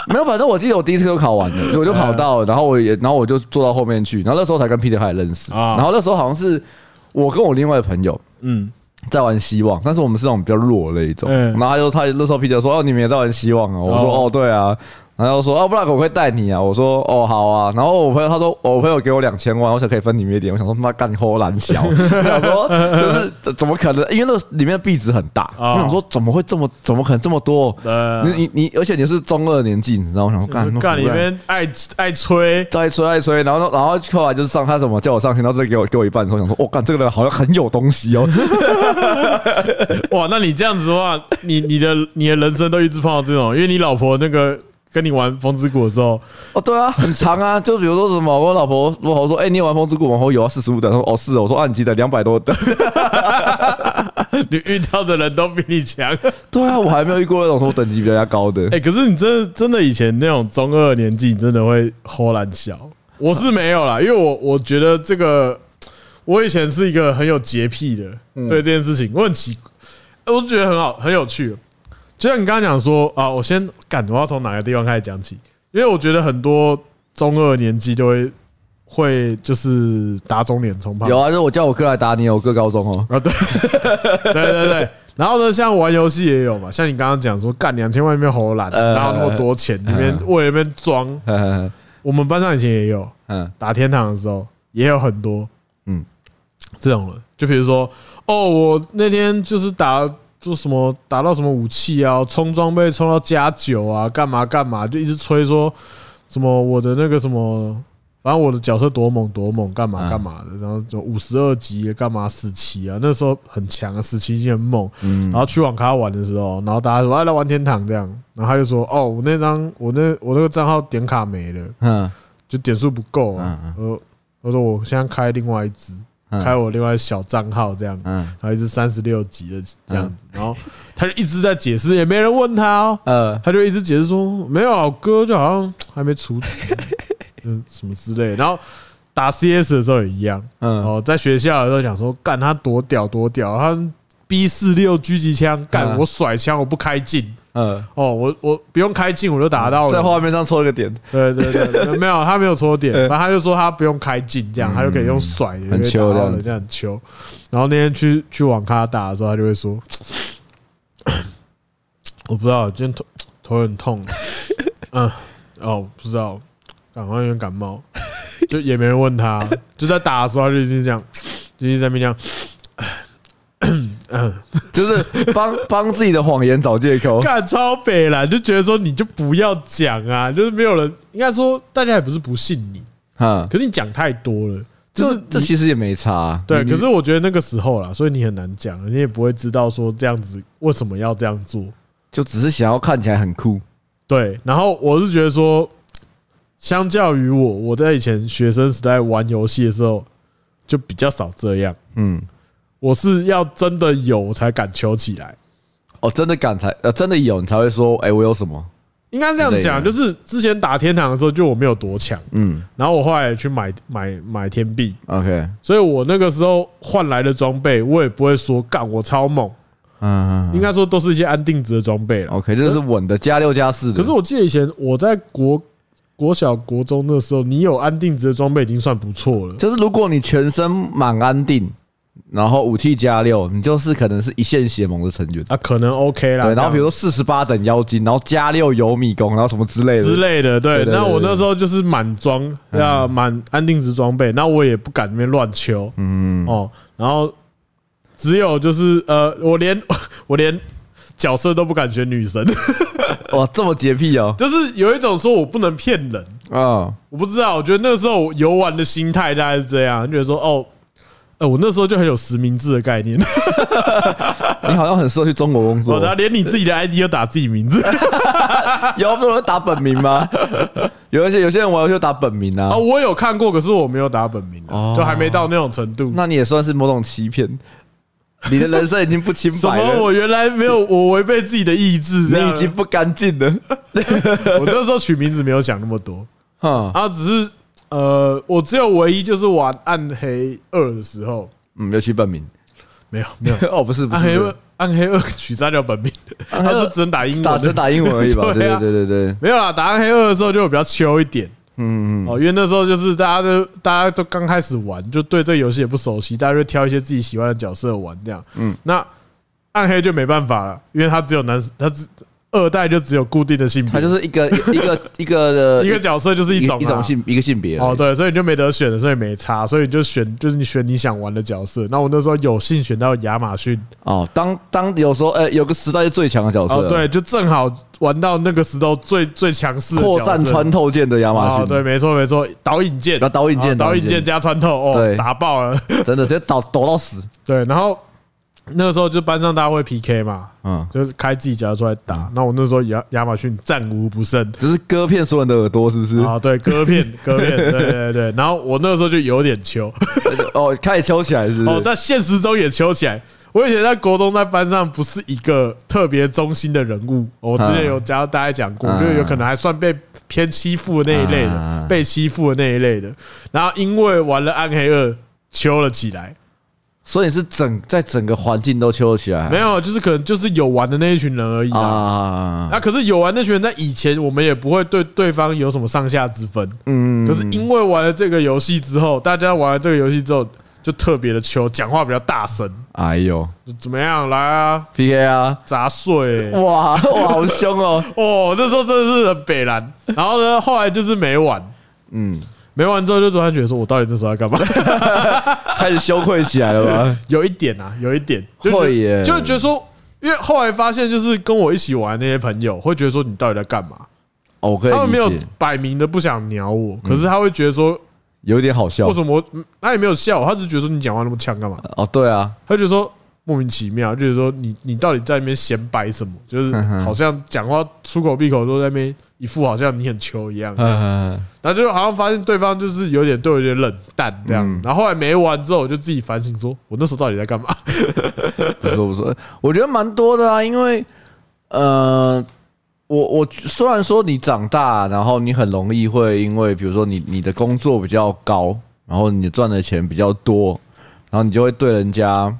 Speaker 1: 没有，反正我记得我第一次就考完了，我就考到了，然后我也，然后我就坐到后面去，然后那时候才跟 Peter 开始认识，
Speaker 2: 啊
Speaker 1: 然后那时候好像是我跟我另外的朋友
Speaker 2: 嗯，
Speaker 1: 在玩希望，但是我们是那种比较弱的那一种，
Speaker 2: 嗯
Speaker 1: 然后他就他那时候 Peter 说哦你们也在玩希望啊，我说
Speaker 2: 哦
Speaker 1: 哦对啊，然后他就说哦不然我会带你啊，我说哦好啊，然后我朋友他说哦我朋友给我两千万，我想可以分你们一点，我想说他妈干你齁懒 小，我想说就是怎怎么可能，因为那个里面的币值很大，
Speaker 2: 哦
Speaker 1: 我想说怎么会这么怎么可能这么多。
Speaker 2: 呃
Speaker 1: 你你你，而且你是中二年纪，你知道吗？我想说干
Speaker 2: 干里
Speaker 1: 面。
Speaker 2: 面爱爱吹，
Speaker 1: 再吹再吹，然后然后后来就是上他什么叫我上线，然后再给我给我一半的时候，想说，我、哦、干这个人好像很有东西哦。
Speaker 2: 哇，那你这样子的话，你你的你的人生都一直碰到这种，因为你老婆那个跟你玩风之谷的时候，
Speaker 1: 哦，对啊，很长啊，就比如说什么，我老婆我老婆说，哎、你有玩风之谷吗？我有啊，四十五等。她说哦是哦，我说啊，你记得两百多等。
Speaker 2: 你遇到的人都比你 强。
Speaker 1: 对啊，我还没有遇过那种说我等级比人家高的。
Speaker 2: 哎、可是你真的真的以前那种中二的年纪，你真的会齁懒小。我是没有啦，因为我我觉得这个，我以前是一个很有洁癖的，对这件事情我很奇，我是觉得很好很有趣。就像你刚刚讲说啊，我先干，我要从哪个地方开始讲起？因为我觉得很多中二的年纪都会会就是打肿脸充胖子
Speaker 1: 有啊，就是我叫我哥来打你，我哥高中哦。
Speaker 2: 啊，对， 对对对。然后呢，像玩游戏也有嘛，像你刚刚讲说干两千万里面猴懒，
Speaker 1: 呃
Speaker 2: 哪有那么多钱？里面为了那边装，
Speaker 1: 呵呵呵
Speaker 2: 我们班上以前也有
Speaker 1: 嗯
Speaker 2: 打天堂的时候也有很多，嗯
Speaker 1: 嗯，
Speaker 2: 这种人，就比如说哦，我那天就是打。做什么打到什么武器啊，充装备充到加九啊，干嘛干嘛，就一直吹说什么我的那个什么，反正我的角色多猛多猛，干嘛
Speaker 1: 嗯
Speaker 2: 干嘛的，然后就五十二级干嘛死棋啊，那时候很强啊，死棋已经很猛。然
Speaker 1: 嗯，
Speaker 2: 后去网咖玩的时候，然后大家说哎来玩天堂这样，然后他就说哦我那张我那我那个账号点卡没了，
Speaker 1: 嗯
Speaker 2: 就点数不够啊
Speaker 1: 嗯。
Speaker 2: 我我说我现在开另外一只，
Speaker 1: 嗯
Speaker 2: 开我另外小账号这样，
Speaker 1: 嗯
Speaker 2: 然后一只三十六级的这样子，然后他就一直在解释，也没人问他哦。
Speaker 1: 呃
Speaker 2: 他就一直解释说没有啊，我哥就好像还没 出职，嗯，什么之类的。然后打 CS 的时候也一样，
Speaker 1: 嗯，
Speaker 2: 哦，在学校的时候想说干他多屌多屌，他 B 四六狙击枪干
Speaker 1: 嗯
Speaker 2: 我甩枪我不开镜
Speaker 1: 嗯，
Speaker 2: 哦，我我不用开啊镜我就打到
Speaker 1: 在画
Speaker 2: 了。
Speaker 1: 面上戳一个点，
Speaker 2: 对对对，对没有他没有戳点，
Speaker 1: 嗯
Speaker 2: 反正他就说他不用开镜，这样他就可以用甩的，
Speaker 1: 很
Speaker 2: 就可以
Speaker 1: 秋
Speaker 2: 打到
Speaker 1: 这样
Speaker 2: 了
Speaker 1: 子
Speaker 2: 这样很秋。然后那天去去网咖打的时候，他就会说， 我不知道，今天头头 很痛，嗯，哦，不知道，感冒有点感冒，就也没人问他，
Speaker 1: 哦
Speaker 2: 就在打的时候他就一直这样，就一直在那边这样，
Speaker 1: 就就是帮帮自己的谎言找借口。
Speaker 2: 干超北啦，就觉得说你就不要讲啊，就是没有人，应该说大家也不是不信你，
Speaker 1: 哈，
Speaker 2: 可是你讲太多了，就
Speaker 1: 这
Speaker 2: 是
Speaker 1: 这
Speaker 2: 你
Speaker 1: 其实也没差啊。
Speaker 2: 对。
Speaker 1: 你
Speaker 2: 可是我觉得那个时候啦，所以你很难讲，你也不会知道说这样子为什么要这样做。
Speaker 1: 就只是想要看起来很酷。
Speaker 2: 对，然后我是觉得说，相较于我，我在以前学生时代玩游戏的时候，就比较少这样。
Speaker 1: 嗯，
Speaker 2: 我是要真的有我才敢求起来，
Speaker 1: 哦，真的敢才呃，真的有你才会说，哎，我有什么？
Speaker 2: 应该这样讲。
Speaker 1: 之
Speaker 2: 就
Speaker 1: 类
Speaker 2: 是之前打天堂的时候，就我没有多强，
Speaker 1: 嗯
Speaker 2: 然后我后来去买买买天币，
Speaker 1: ，OK，
Speaker 2: 所以我那个时候换来的装备，我也不会说干我超猛，
Speaker 1: 嗯，
Speaker 2: 应该说都是一些安定值的装备了。
Speaker 1: OK，这是稳的，加六加四的。
Speaker 2: 可是我记得以前我在国国小国中的时候，你有安定值的装备已经算不错了。
Speaker 1: 就是如果你全身满安定，然后武器加六，你就是可能是一线血盟的成员。
Speaker 2: 啊，可能 OK 啦。
Speaker 1: 对，然后比如说
Speaker 2: 这
Speaker 1: 四十八等妖精，然后加六有米弓，然后什么之类
Speaker 2: 样
Speaker 1: 的
Speaker 2: 之类的，对
Speaker 1: 对。对
Speaker 2: 那我
Speaker 1: 对嗯
Speaker 2: 那时候就是满装，要满安定值装备，那我也不敢那边乱求，嗯哦。然后只有就是呃，我连 我连角色都不敢选女神，
Speaker 1: 哇，这么洁癖哦，
Speaker 2: 就是有一种说我不能骗人，
Speaker 1: 啊，
Speaker 2: 我不知道。我觉得那时候我游玩的心态大概是这样，觉得说哦。呃，我那时候就很有实名制的概念，
Speaker 1: 你好像很适合去中国工
Speaker 2: 我
Speaker 1: 作，
Speaker 2: 哦然后连你自己的 ID 都打自己 名字，
Speaker 1: 有不是打本名吗？ 有一些有些人玩游戏就打本名啊
Speaker 2: 啊，，我有看过，可是我没有打本名啊，
Speaker 1: 哦
Speaker 2: 就还没到那种程度。
Speaker 1: 那你也算是某种欺骗，你的人生已经不清
Speaker 2: 什
Speaker 1: 白
Speaker 2: 么？
Speaker 1: 了，
Speaker 2: 我原来没有，我违背自己的意志，这
Speaker 1: 你
Speaker 2: 样
Speaker 1: 已经不干净 了，
Speaker 2: 我那时候取名字没有想那么多，
Speaker 1: 哼，
Speaker 2: 然后只是呃，我只有唯一就是玩《暗黑二》的时候，
Speaker 1: 嗯，要取本名，
Speaker 2: 没有啊没有，《
Speaker 1: 哦，不是不
Speaker 2: 暗黑
Speaker 1: 是，
Speaker 2: 二》《暗黑二》取删掉本名，
Speaker 1: 暗黑
Speaker 2: 他
Speaker 1: 二
Speaker 2: 就只能打英
Speaker 1: 打
Speaker 2: 文
Speaker 1: 只
Speaker 2: 的。
Speaker 1: 打英文而已吧，对
Speaker 2: 对
Speaker 1: 对
Speaker 2: 啊
Speaker 1: 对对对，
Speaker 2: 没有啦，打《暗黑二》的时候就比较秋一点
Speaker 1: 嗯嗯
Speaker 2: 哦，因为那时候就是大家都大家都刚开始玩，就对这游戏也不熟悉，大家就挑一些自己喜欢的角色玩这样。
Speaker 1: 嗯
Speaker 2: 嗯，那暗黑就没办法了，因为它只有男，它只二代就只有固定的性别
Speaker 1: 他就，是一个 一个一个的
Speaker 2: 一个角色就是
Speaker 1: 一
Speaker 2: 一种
Speaker 1: 一种
Speaker 2: 啦
Speaker 1: 性一个性别而已
Speaker 2: 哦，，对，所以你就没得选了，所以没差，所以你就选就是你选你想玩的角色。那我那时候有幸选到亚马逊，
Speaker 1: 哦，当当有时候呃有个时代是啊最强的角色，
Speaker 2: 哦，，对，就正好玩到那个时候最最强势的角
Speaker 1: 扩
Speaker 2: 色
Speaker 1: 散穿透剑的亚马
Speaker 2: 哦
Speaker 1: 逊，，
Speaker 2: 对，没错没错，导引剑
Speaker 1: 啊，导引剑
Speaker 2: 哦
Speaker 1: 导
Speaker 2: 导引
Speaker 1: 引剑
Speaker 2: 剑加穿透，哦
Speaker 1: 对，
Speaker 2: 打爆了。
Speaker 1: 真的直接倒抖到 死，
Speaker 2: 对，然后那个时候就班上大家会 PK 嘛，
Speaker 1: 嗯，
Speaker 2: 就是开自己脚出来打。那我那时候亚亚马逊战无不胜
Speaker 1: 就是割遍所有人的耳朵，是不是？
Speaker 2: 啊，对，割片割片，对对对对。然后我那个时候就有点球，
Speaker 1: 哦，开始敲起来，是不
Speaker 2: 哦，
Speaker 1: 是？
Speaker 2: 但现实中也揪起来。我以前在国中在班上不是一个特别忠心的人物，哦我之
Speaker 1: 啊
Speaker 2: 前有教大家讲过，
Speaker 1: 嗯
Speaker 2: 就是有可能还算被偏欺负的那一类
Speaker 1: 嗯
Speaker 2: 的，被欺负的那一类的。然后因为玩了《暗黑二》，揪了起来，
Speaker 1: 所以你是整在整个环境都敲起来，
Speaker 2: 没有，就是可能就是有玩的那一群人而已啊。
Speaker 1: 啊？
Speaker 2: 啊，可是有玩那群人，在以前我们也不会对对方有什么上下之分。
Speaker 1: 嗯，
Speaker 2: 可是因为玩了这个游戏之后，大家玩了这个游戏之后，就特别的揪，讲话比较大声，
Speaker 1: 哎呦
Speaker 2: 就怎么样来啊，
Speaker 1: ，PK 啊，
Speaker 2: 砸碎、欸。
Speaker 1: 哇哇，好凶哦，
Speaker 2: 哦，那时候真的是很北蓝。然后呢，后来就是没玩，
Speaker 1: 嗯，
Speaker 2: 没玩之后就突然觉得说，我到底那时候要干嘛？
Speaker 1: 开始羞愧起来了吧？
Speaker 2: 有一点啊，有一点，就觉得
Speaker 1: 会耶
Speaker 2: 就觉得说，因为后来发现，就是跟我一起玩的那些朋友会觉得说，你到底在干嘛？
Speaker 1: 哦，我可以
Speaker 2: 他们没有
Speaker 1: 理解
Speaker 2: 摆明的不想鸟我，可是他会觉得说，
Speaker 1: 有点好笑
Speaker 2: 为什么我？嗯他也没有笑我，他只是觉得说你讲话那么呛干嘛？
Speaker 1: 哦，对 啊，
Speaker 2: 他就说莫名其妙，就是说你你到底在那边显摆什么？ 就是
Speaker 1: 嗯哼
Speaker 2: 好像讲话出口闭口都在那边一副好像你很秋一样。
Speaker 1: 嗯，
Speaker 2: 然后就好像发现对方就是有点对我有点冷淡这样
Speaker 1: 嗯，
Speaker 2: 然后后来没完之后，我就自己反省说，我那时候到底在干嘛？
Speaker 1: 不错不错，我觉得蛮多的啊，因为呃，我我虽然说你长大，然后你很容易会因为比如说你你的工作比较高，然后你赚的钱比较多，然后你就会对人家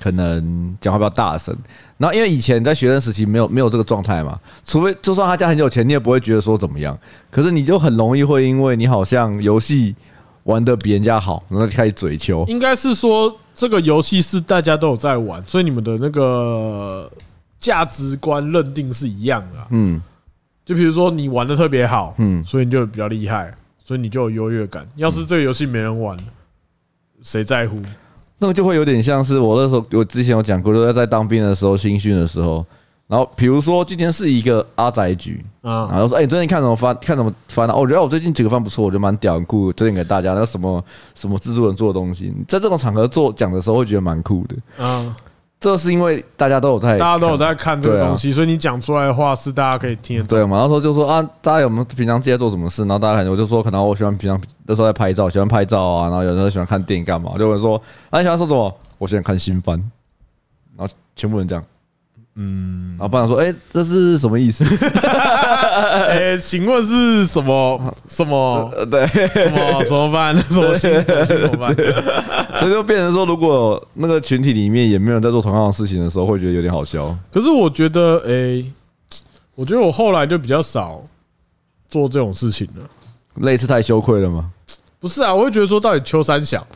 Speaker 1: 可能讲话比较大声。然后因为以前在学生时期没有没有这个状态嘛，除非就算他家很有钱，你也不会觉得说怎么样。可是你就很容易会因为你好像游戏玩的比人家好，然后就开始嘴求。
Speaker 2: 应该是说这个游戏是大家都有在玩，所以你们的那个价值观认定是一样的啊。
Speaker 1: 嗯，
Speaker 2: 就比如说你玩的特别好，
Speaker 1: 嗯
Speaker 2: 嗯，所以你就比较厉害，所以你就有优越感。要是这个游戏没人玩，谁在乎？
Speaker 1: 那个就会有点像是我那时候我之前有讲过，就是在当兵的时候新训的时候，然后比如说今天是一个阿宅局，
Speaker 2: 啊
Speaker 1: 然后说哎、你最近看什么番？看什么 番啊？哦，我觉得我最近几个番不错，我觉得蛮屌很酷，推荐给大家。那什么什么制作人做的东西，在这种场合做讲的时候，会觉得蛮酷的。
Speaker 2: 啊！
Speaker 1: 这是因为大家都有在，
Speaker 2: 大家都有在看这个
Speaker 1: 哎对啊
Speaker 2: 东西，所以你讲出来的话是大家可以听得懂。
Speaker 1: 对嘛？然后就说啊，大家有没有平常自己在做什么事？然后大家可能我就说，可能我喜欢平常那时候在拍照，喜欢拍照啊。然后有人喜欢看电影干嘛？就有人说，啊，你喜欢说什么？我喜欢看新番。然后全部人这样，嗯，然后班长说，哎、这是什么意思？
Speaker 2: 哎，请问是什么什么
Speaker 1: 呃，对，
Speaker 2: 什么什么班？ 什么新什么新什么班？
Speaker 1: 所以就变成说，如果那个群体里面也没有人在做同样的事情的时候，会觉得有点好笑。
Speaker 2: 可是我觉得，诶、我觉得我后来就比较少做这种事情了。
Speaker 1: 类似太羞愧了吗？
Speaker 2: 不是啊，我会觉得说，到底秋三小，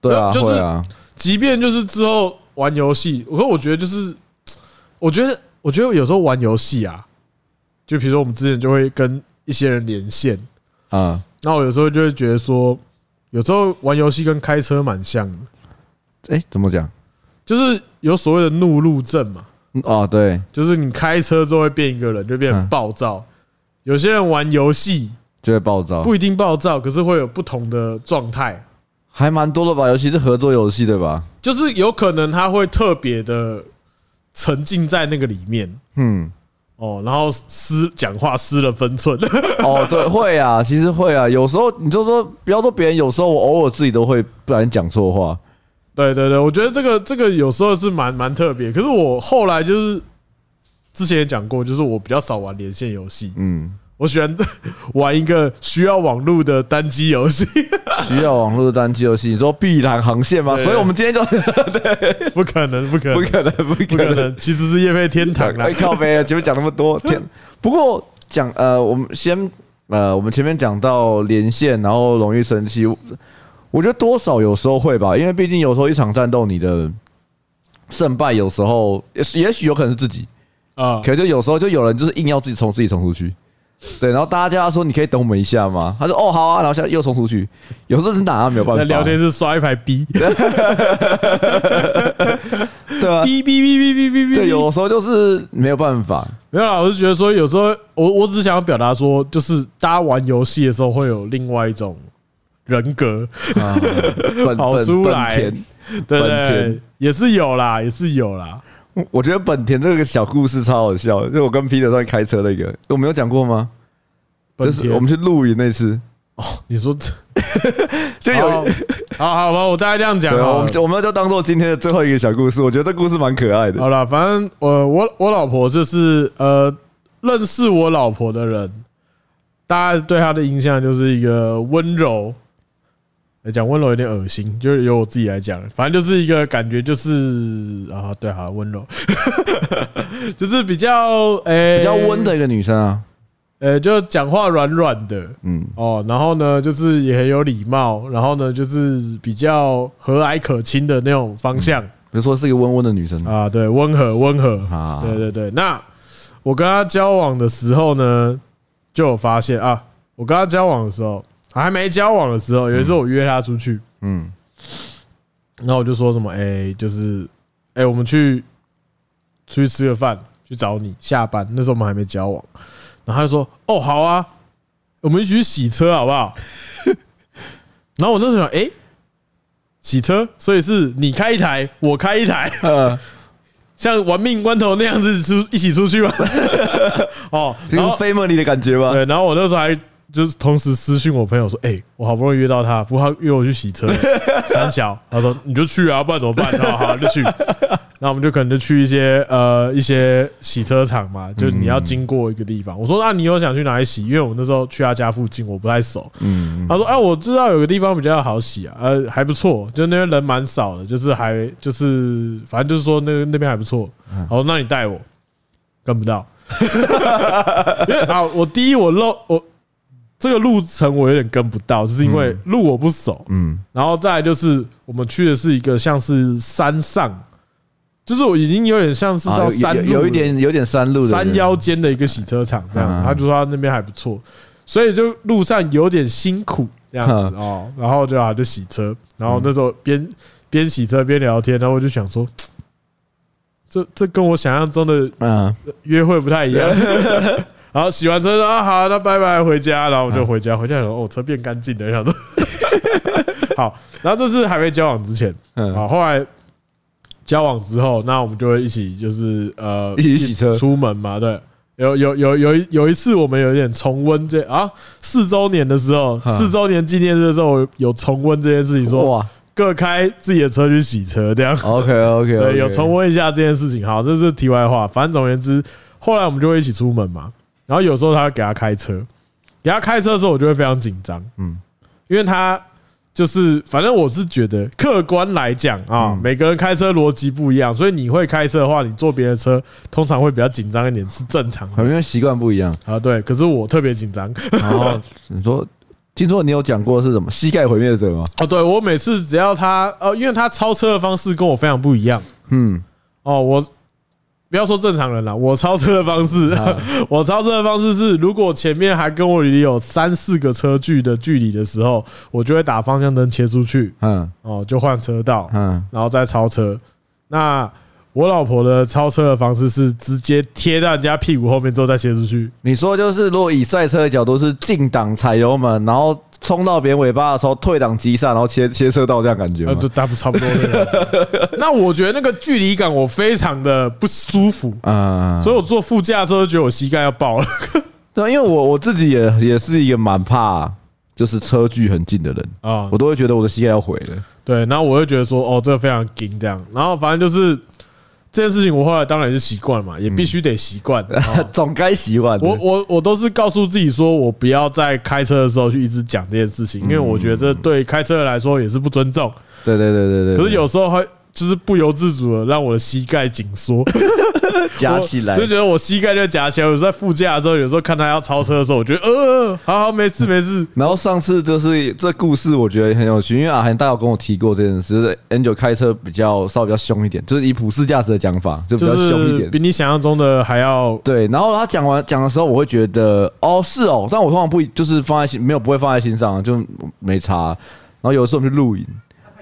Speaker 1: 对啊，
Speaker 2: 就是
Speaker 1: 会啊，
Speaker 2: 即便就是之后玩游戏，可我觉得就是，我觉得，我觉得有时候玩游戏啊，就比如说我们之前就会跟一些人连线，
Speaker 1: 啊，
Speaker 2: 那我有时候就会觉得说，有时候玩游戏跟开车蛮像的，
Speaker 1: 哎、怎么讲？
Speaker 2: 就是有所谓的怒路症嘛，
Speaker 1: 嗯哦，对，
Speaker 2: 就是你开车之后会变一个人，就变很
Speaker 1: 嗯
Speaker 2: 暴躁。有些人玩游戏
Speaker 1: 就会暴躁，
Speaker 2: 不一定暴躁，可是会有不同的状态，
Speaker 1: 还蛮多的吧？尤其是合作游戏，对吧？
Speaker 2: 就是有可能他会特别的沉浸在那个里面
Speaker 1: 嗯，
Speaker 2: 哦，然后失讲话失了分寸，
Speaker 1: 哦，对，会啊，其实会啊，有时候你就说不要说别人，有时候我偶尔自己都会不然讲错话，
Speaker 2: 对对对，我觉得这个这个有时候是蛮蛮特别，可是我后来就是之前也讲过，就是我比较少玩连线游戏，
Speaker 1: 嗯，
Speaker 2: 我喜欢玩一个需要网络的单机游戏，
Speaker 1: 需要网络单机游戏，你说碧蓝航线吗？
Speaker 2: 对
Speaker 1: 所以我们今 天就
Speaker 2: 不可能，不可能，
Speaker 1: 不可能，不
Speaker 2: 不
Speaker 1: 可
Speaker 2: 可
Speaker 1: 能，
Speaker 2: 能， 其实是夜配天堂 啦
Speaker 1: 哎，，靠背啊，前面讲那么 多，天，不过讲呃，我们先呃，我们前面讲到连线，然后容易生气，我我觉得多少有时候会吧，因为毕竟有时候一场战斗，你的胜败有时候也许也许有可能是自己，
Speaker 2: 啊
Speaker 1: 可能就有时候就有人就是硬要自己冲自己冲出去，对，然后大家叫他说你可以等我们一下吗？他说哦好啊，然后现在又冲出去，有时候是哪啊没有办法啊
Speaker 2: 在聊天室刷一排 B，哔
Speaker 1: 对啊，
Speaker 2: 哔哔哔哔哔哔，
Speaker 1: 对，有时候就是没有办法，
Speaker 2: 没有啦，我是觉得说有时候我我只是想要表达说，就是大家玩游戏的时候会有另外一种人 格，
Speaker 1: 啊、本
Speaker 2: 跑
Speaker 1: 本
Speaker 2: 出
Speaker 1: 本
Speaker 2: 来
Speaker 1: 田。
Speaker 2: 对不
Speaker 1: 本
Speaker 2: 对
Speaker 1: 田？
Speaker 2: 也是有啦，也是有啦。
Speaker 1: 我我觉得本田这个小故事超好笑，就我跟 Peter 在开车那个，我没有讲过吗？
Speaker 2: 本
Speaker 1: 就是
Speaker 2: 田
Speaker 1: 我们去露营那次，
Speaker 2: 哦，你说
Speaker 1: 就
Speaker 2: 这
Speaker 1: 有
Speaker 2: 好好好吧，我大概这样讲
Speaker 1: 对啊，
Speaker 2: 好
Speaker 1: 我
Speaker 2: 了
Speaker 1: 们就我们就当做今天的最后一个小故事。我觉得这故事蛮可爱的
Speaker 2: 好了，反正我我我老婆就是呃，认识我老婆的人，大家对她的印象就是一个温柔。诶讲温柔有点恶心，就是由我自己来讲，反正就是一个感觉，就是啊，对，好温柔， 就是比较诶、
Speaker 1: 比较温，的一个女生啊，
Speaker 2: 呃，就讲话软软的
Speaker 1: 嗯，
Speaker 2: 哦，然后呢，就是也很有礼貌，然后呢，就是比较和蔼可亲的那种方向。
Speaker 1: 比如说是一个温温的女生
Speaker 2: 啊，对，温和温和，
Speaker 1: 啊
Speaker 2: 对对对。那我跟他交往的时候呢，就有发现啊，我跟他交往的时候，还没交往的时候，有一次我约他出去，
Speaker 1: 嗯，
Speaker 2: 然后我就说什么，哎，就是哎，我们去出去吃个饭，去找你下班，那时候我们还没交往，然后他就说，哦，好啊，我们一起去洗车好不好？ 然后我那时候想，哎，洗车，所以是你开一台，我开一台。
Speaker 1: 呃，
Speaker 2: 像玩命关头那样子出一起出 去吗？哦，
Speaker 1: 就是
Speaker 2: 然后
Speaker 1: family 的感觉吧。
Speaker 2: 对，然后我那时候还就是同时私讯我朋友说，哎、我好不容易约到他，不过他约我去 洗车，三小，他说你就去啊，不然怎么办？好好就去。那我们就可能就去一些呃一些洗车场嘛，就你要经过一个地方。我说啊那你有想去哪里洗？因为我那时候去他家附近，我不太熟。
Speaker 1: 嗯，
Speaker 2: 他说：“哎、我知道有个地方比较好洗啊，呃，还不错，就那边人蛮少的，就是还就是反正就是说那那边还不错。
Speaker 1: 嗯
Speaker 2: 好，那你带我，跟不到， 因为啊，我第一我漏我这个路程我有点跟不到，就是因为路我不熟，
Speaker 1: 嗯，
Speaker 2: 然后再来就是我们去的是一个像是山上，就是我已经有点像是
Speaker 1: 啊
Speaker 2: 到
Speaker 1: 有
Speaker 2: 山
Speaker 1: 有
Speaker 2: 路
Speaker 1: 有一
Speaker 2: 了
Speaker 1: 点有点山路的
Speaker 2: 山腰间的一个洗车场，这样，
Speaker 1: 嗯
Speaker 2: 他就说他那边还不错，所以就路上有点辛苦这样子
Speaker 1: 嗯
Speaker 2: 哦，然后就啊就洗车，然后那时候边边洗车边聊天，然后我就想说，嘖这这跟我想象中的
Speaker 1: 嗯，
Speaker 2: 约会不 太一样。然后洗完车说啊好，那拜拜回家，然后我
Speaker 1: 嗯
Speaker 2: 就回家，回家以后哦车变干净了，想说 好。然后这是还没交往之前，
Speaker 1: 嗯
Speaker 2: 啊，后来交往之后，那我们就会一起就是呃
Speaker 1: 一起洗车
Speaker 2: 出门嘛，对。有有有有一有一次我们有一点重温这啊四周年的时候，
Speaker 1: 嗯
Speaker 2: 四周年纪念日的时候有重温这件事情，说
Speaker 1: 哇
Speaker 2: 各开自己的车去洗车这样。
Speaker 1: ，OK OK，
Speaker 2: 对，有重温一下这件事情。好，这是题外话。反正总而言之，后来我们就会一起出门嘛。然后有时候他会给他开车，给他开车的时候，我就会非常紧张，
Speaker 1: 嗯
Speaker 2: 因为他就是，反正我是觉得客观来讲啊
Speaker 1: 嗯，
Speaker 2: 每个人开车逻辑不一样，所以你会开车的话，你坐别人的车通常会比较紧张一点，是正常的
Speaker 1: 好因为习惯不一样。
Speaker 2: 啊。对，可是我特别紧张
Speaker 1: 然后你说，听说你有讲过是什么膝盖毁灭者吗？
Speaker 2: 哦。对我每次只要他哦，因为他超车的方式跟我非常不一样
Speaker 1: 嗯，
Speaker 2: 哦，我。不要说正常人啦，我超车的方式，
Speaker 1: 啊
Speaker 2: 我超车的方式是，如果前面还跟我离有三四个车距的距离的时候，我就会打方向灯切出去，
Speaker 1: 嗯
Speaker 2: 哦，就换车道，
Speaker 1: 嗯，
Speaker 2: 然后再超车。那我老婆的超车的方式是直接贴到人家屁股后面之后再切出去，
Speaker 1: 你说就是，如果以赛车的角度是进档踩油门，然后冲到别人尾巴的时候退档急刹，然后切切车道这样感觉
Speaker 2: 呃，
Speaker 1: 吗？
Speaker 2: 就大不差不多那个。 那我觉得那个距离感我非常的不舒服，
Speaker 1: 嗯，
Speaker 2: 所以我坐副驾的时候就觉得我膝盖要爆了。
Speaker 1: 对，因为我我自己也也是一个蛮怕就是车距很近的人，
Speaker 2: 啊
Speaker 1: 我都会觉得我的膝盖要毁了。
Speaker 2: 对，然后我就觉得说，哦，这个非常紧这样，然后反正就是这件事情，我后来当然是习惯嘛，也
Speaker 1: 嗯
Speaker 2: 必须得习 惯。哦
Speaker 1: 总该习惯的。
Speaker 2: 我我我都是告诉自己说，我不要在开车的时候去一直讲这件事情，因为我觉得
Speaker 1: 嗯
Speaker 2: 这对开车的来说也是不尊重。
Speaker 1: 对对对对对，
Speaker 2: 可是有时候还就是不由自主的让我的膝盖紧缩，
Speaker 1: 夹起来
Speaker 2: 我就觉得我膝盖就夹起来。我在副驾的时候，有时候看他要超车的时候，我觉得呃，好好没事没事。
Speaker 1: 然后上次就是这故事，我觉得很有趣，因为阿涵大有跟我提过这件事，就是 N 九开车比较稍微比较凶一点，就是以普世价值的讲法， 就比较
Speaker 2: 就
Speaker 1: 凶一
Speaker 2: 是
Speaker 1: 点
Speaker 2: 比。你想象中的还要
Speaker 1: 对，然后他讲完讲的时候，我会觉得哦是哦，但我通常不就是放在心没有不会放在心上，就没差。然后有时候我们去露营，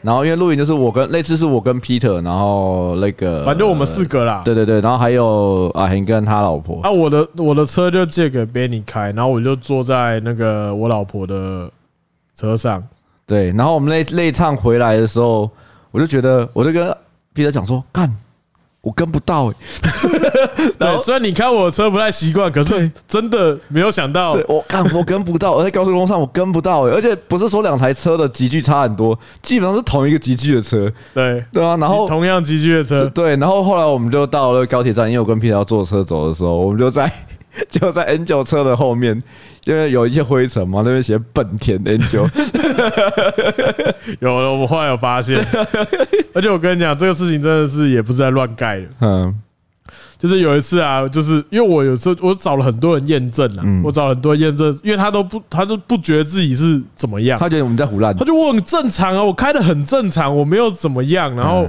Speaker 1: 然后因为露营就是我跟类似是我跟 Peter，然后那个
Speaker 2: 反正我们四个啦。
Speaker 1: 对对对，然后还有阿恒跟他老婆，
Speaker 2: 啊，我的我的车就借给 Benny 开，然后我就坐在那个我老婆的车上。
Speaker 1: 对，然后我们那那一趟回来的时候，我就觉得，我就跟彼得讲说，干，我跟不到、欸，然
Speaker 2: 对，
Speaker 1: 后
Speaker 2: 虽然你开我的车不太习惯，可是真的没有想到
Speaker 1: 对，我干，我跟不到，我在高速公路上我跟不到、欸，而且不是说两台车的级距差很多，基本上是同一个级距的车，
Speaker 2: 对，
Speaker 1: 对啊，然后。
Speaker 2: 同样集聚的车，
Speaker 1: 对，然后后来我们就到了高铁站，因为我跟彼得要坐车走的时候，我们就在 就在 N 九车的后面，因为有一些灰尘嘛，那边写本田 N 九，
Speaker 2: 有了我后来有 发现，而且我跟你讲，这个事情真的是也不是在乱盖的，
Speaker 1: 嗯
Speaker 2: 就是有一次啊，就是因为我有时候我找了很多人验证啊，
Speaker 1: 嗯
Speaker 2: 我找了很多人验证，因为他都不他都不觉得自己是怎么样，
Speaker 1: 他觉得我们在胡乱
Speaker 2: 他，就我很正常啊，我开的很正常，我没有怎么样。然后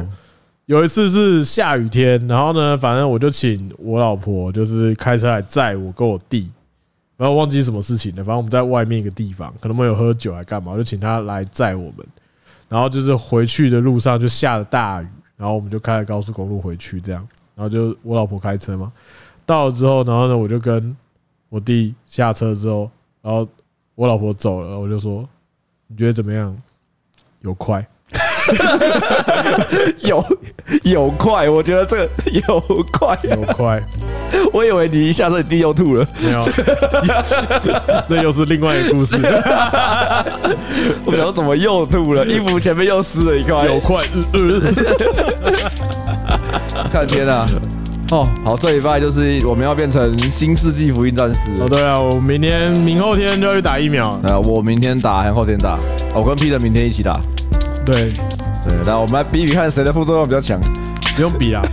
Speaker 2: 有一次是下雨天，然后呢，反正我就请我老婆就是开车来载我跟我弟，然后忘记什么事情了，反正我们在外面一个地方，可能我们有喝酒还干嘛，我就请他来载我们。然后就是回去的路上就下了大雨，然后我们就开了高速公路回去，这样，然后就我老婆开车嘛，到了之后，然后呢，我就跟我弟下车之后，然后我老婆走了，我就说你觉得怎么样？有快，
Speaker 1: 有有快，我觉得这个有快，
Speaker 2: 有快，
Speaker 1: 我以为你一下子你弟又吐了，
Speaker 2: 没有， 那又是另外一个故事。
Speaker 1: 我想说怎么又吐了，衣服前面又湿了一块。
Speaker 2: 有快，呃呃
Speaker 1: 看天啊！ 哦，好，这礼拜就是我们要变成新世纪福音战士了。
Speaker 2: 哦，对啊，我明天、明后天就要去打疫苗了。
Speaker 1: 呃，我明天打，还后天打，哦我跟 Peter 明天一起打。
Speaker 2: 对，
Speaker 1: 对，那我们来比比看谁的副作用比较强。
Speaker 2: 不用比啊，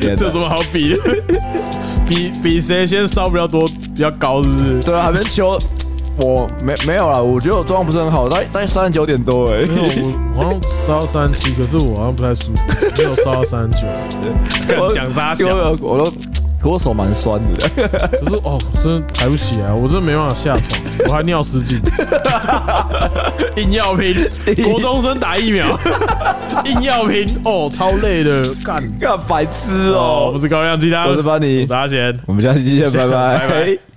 Speaker 2: 这有什么好比 的？比比谁先烧比较多、比较高，是不是？
Speaker 1: 对啊，海边球，我没没有啦，我觉得我状况不是很好，大概大概三十九点多哎、
Speaker 2: 没有，我我好像烧三七，可是我好像不太舒服，没有烧到三九。
Speaker 1: 我
Speaker 2: 讲啥小
Speaker 1: 我我都可我手蛮酸的，
Speaker 2: 可是哦，真的抬不起来，我真的没办法下床，我还尿 失禁，硬要拼，国中生打 疫苗，硬要拼，哦，超累的，干
Speaker 1: 干白痴
Speaker 2: 哦，我
Speaker 1: 哦
Speaker 2: 是！高亮鸡汤，
Speaker 1: 我是班尼
Speaker 2: 我是阿贤，
Speaker 1: 我们下期见，拜
Speaker 2: 拜拜
Speaker 1: 拜。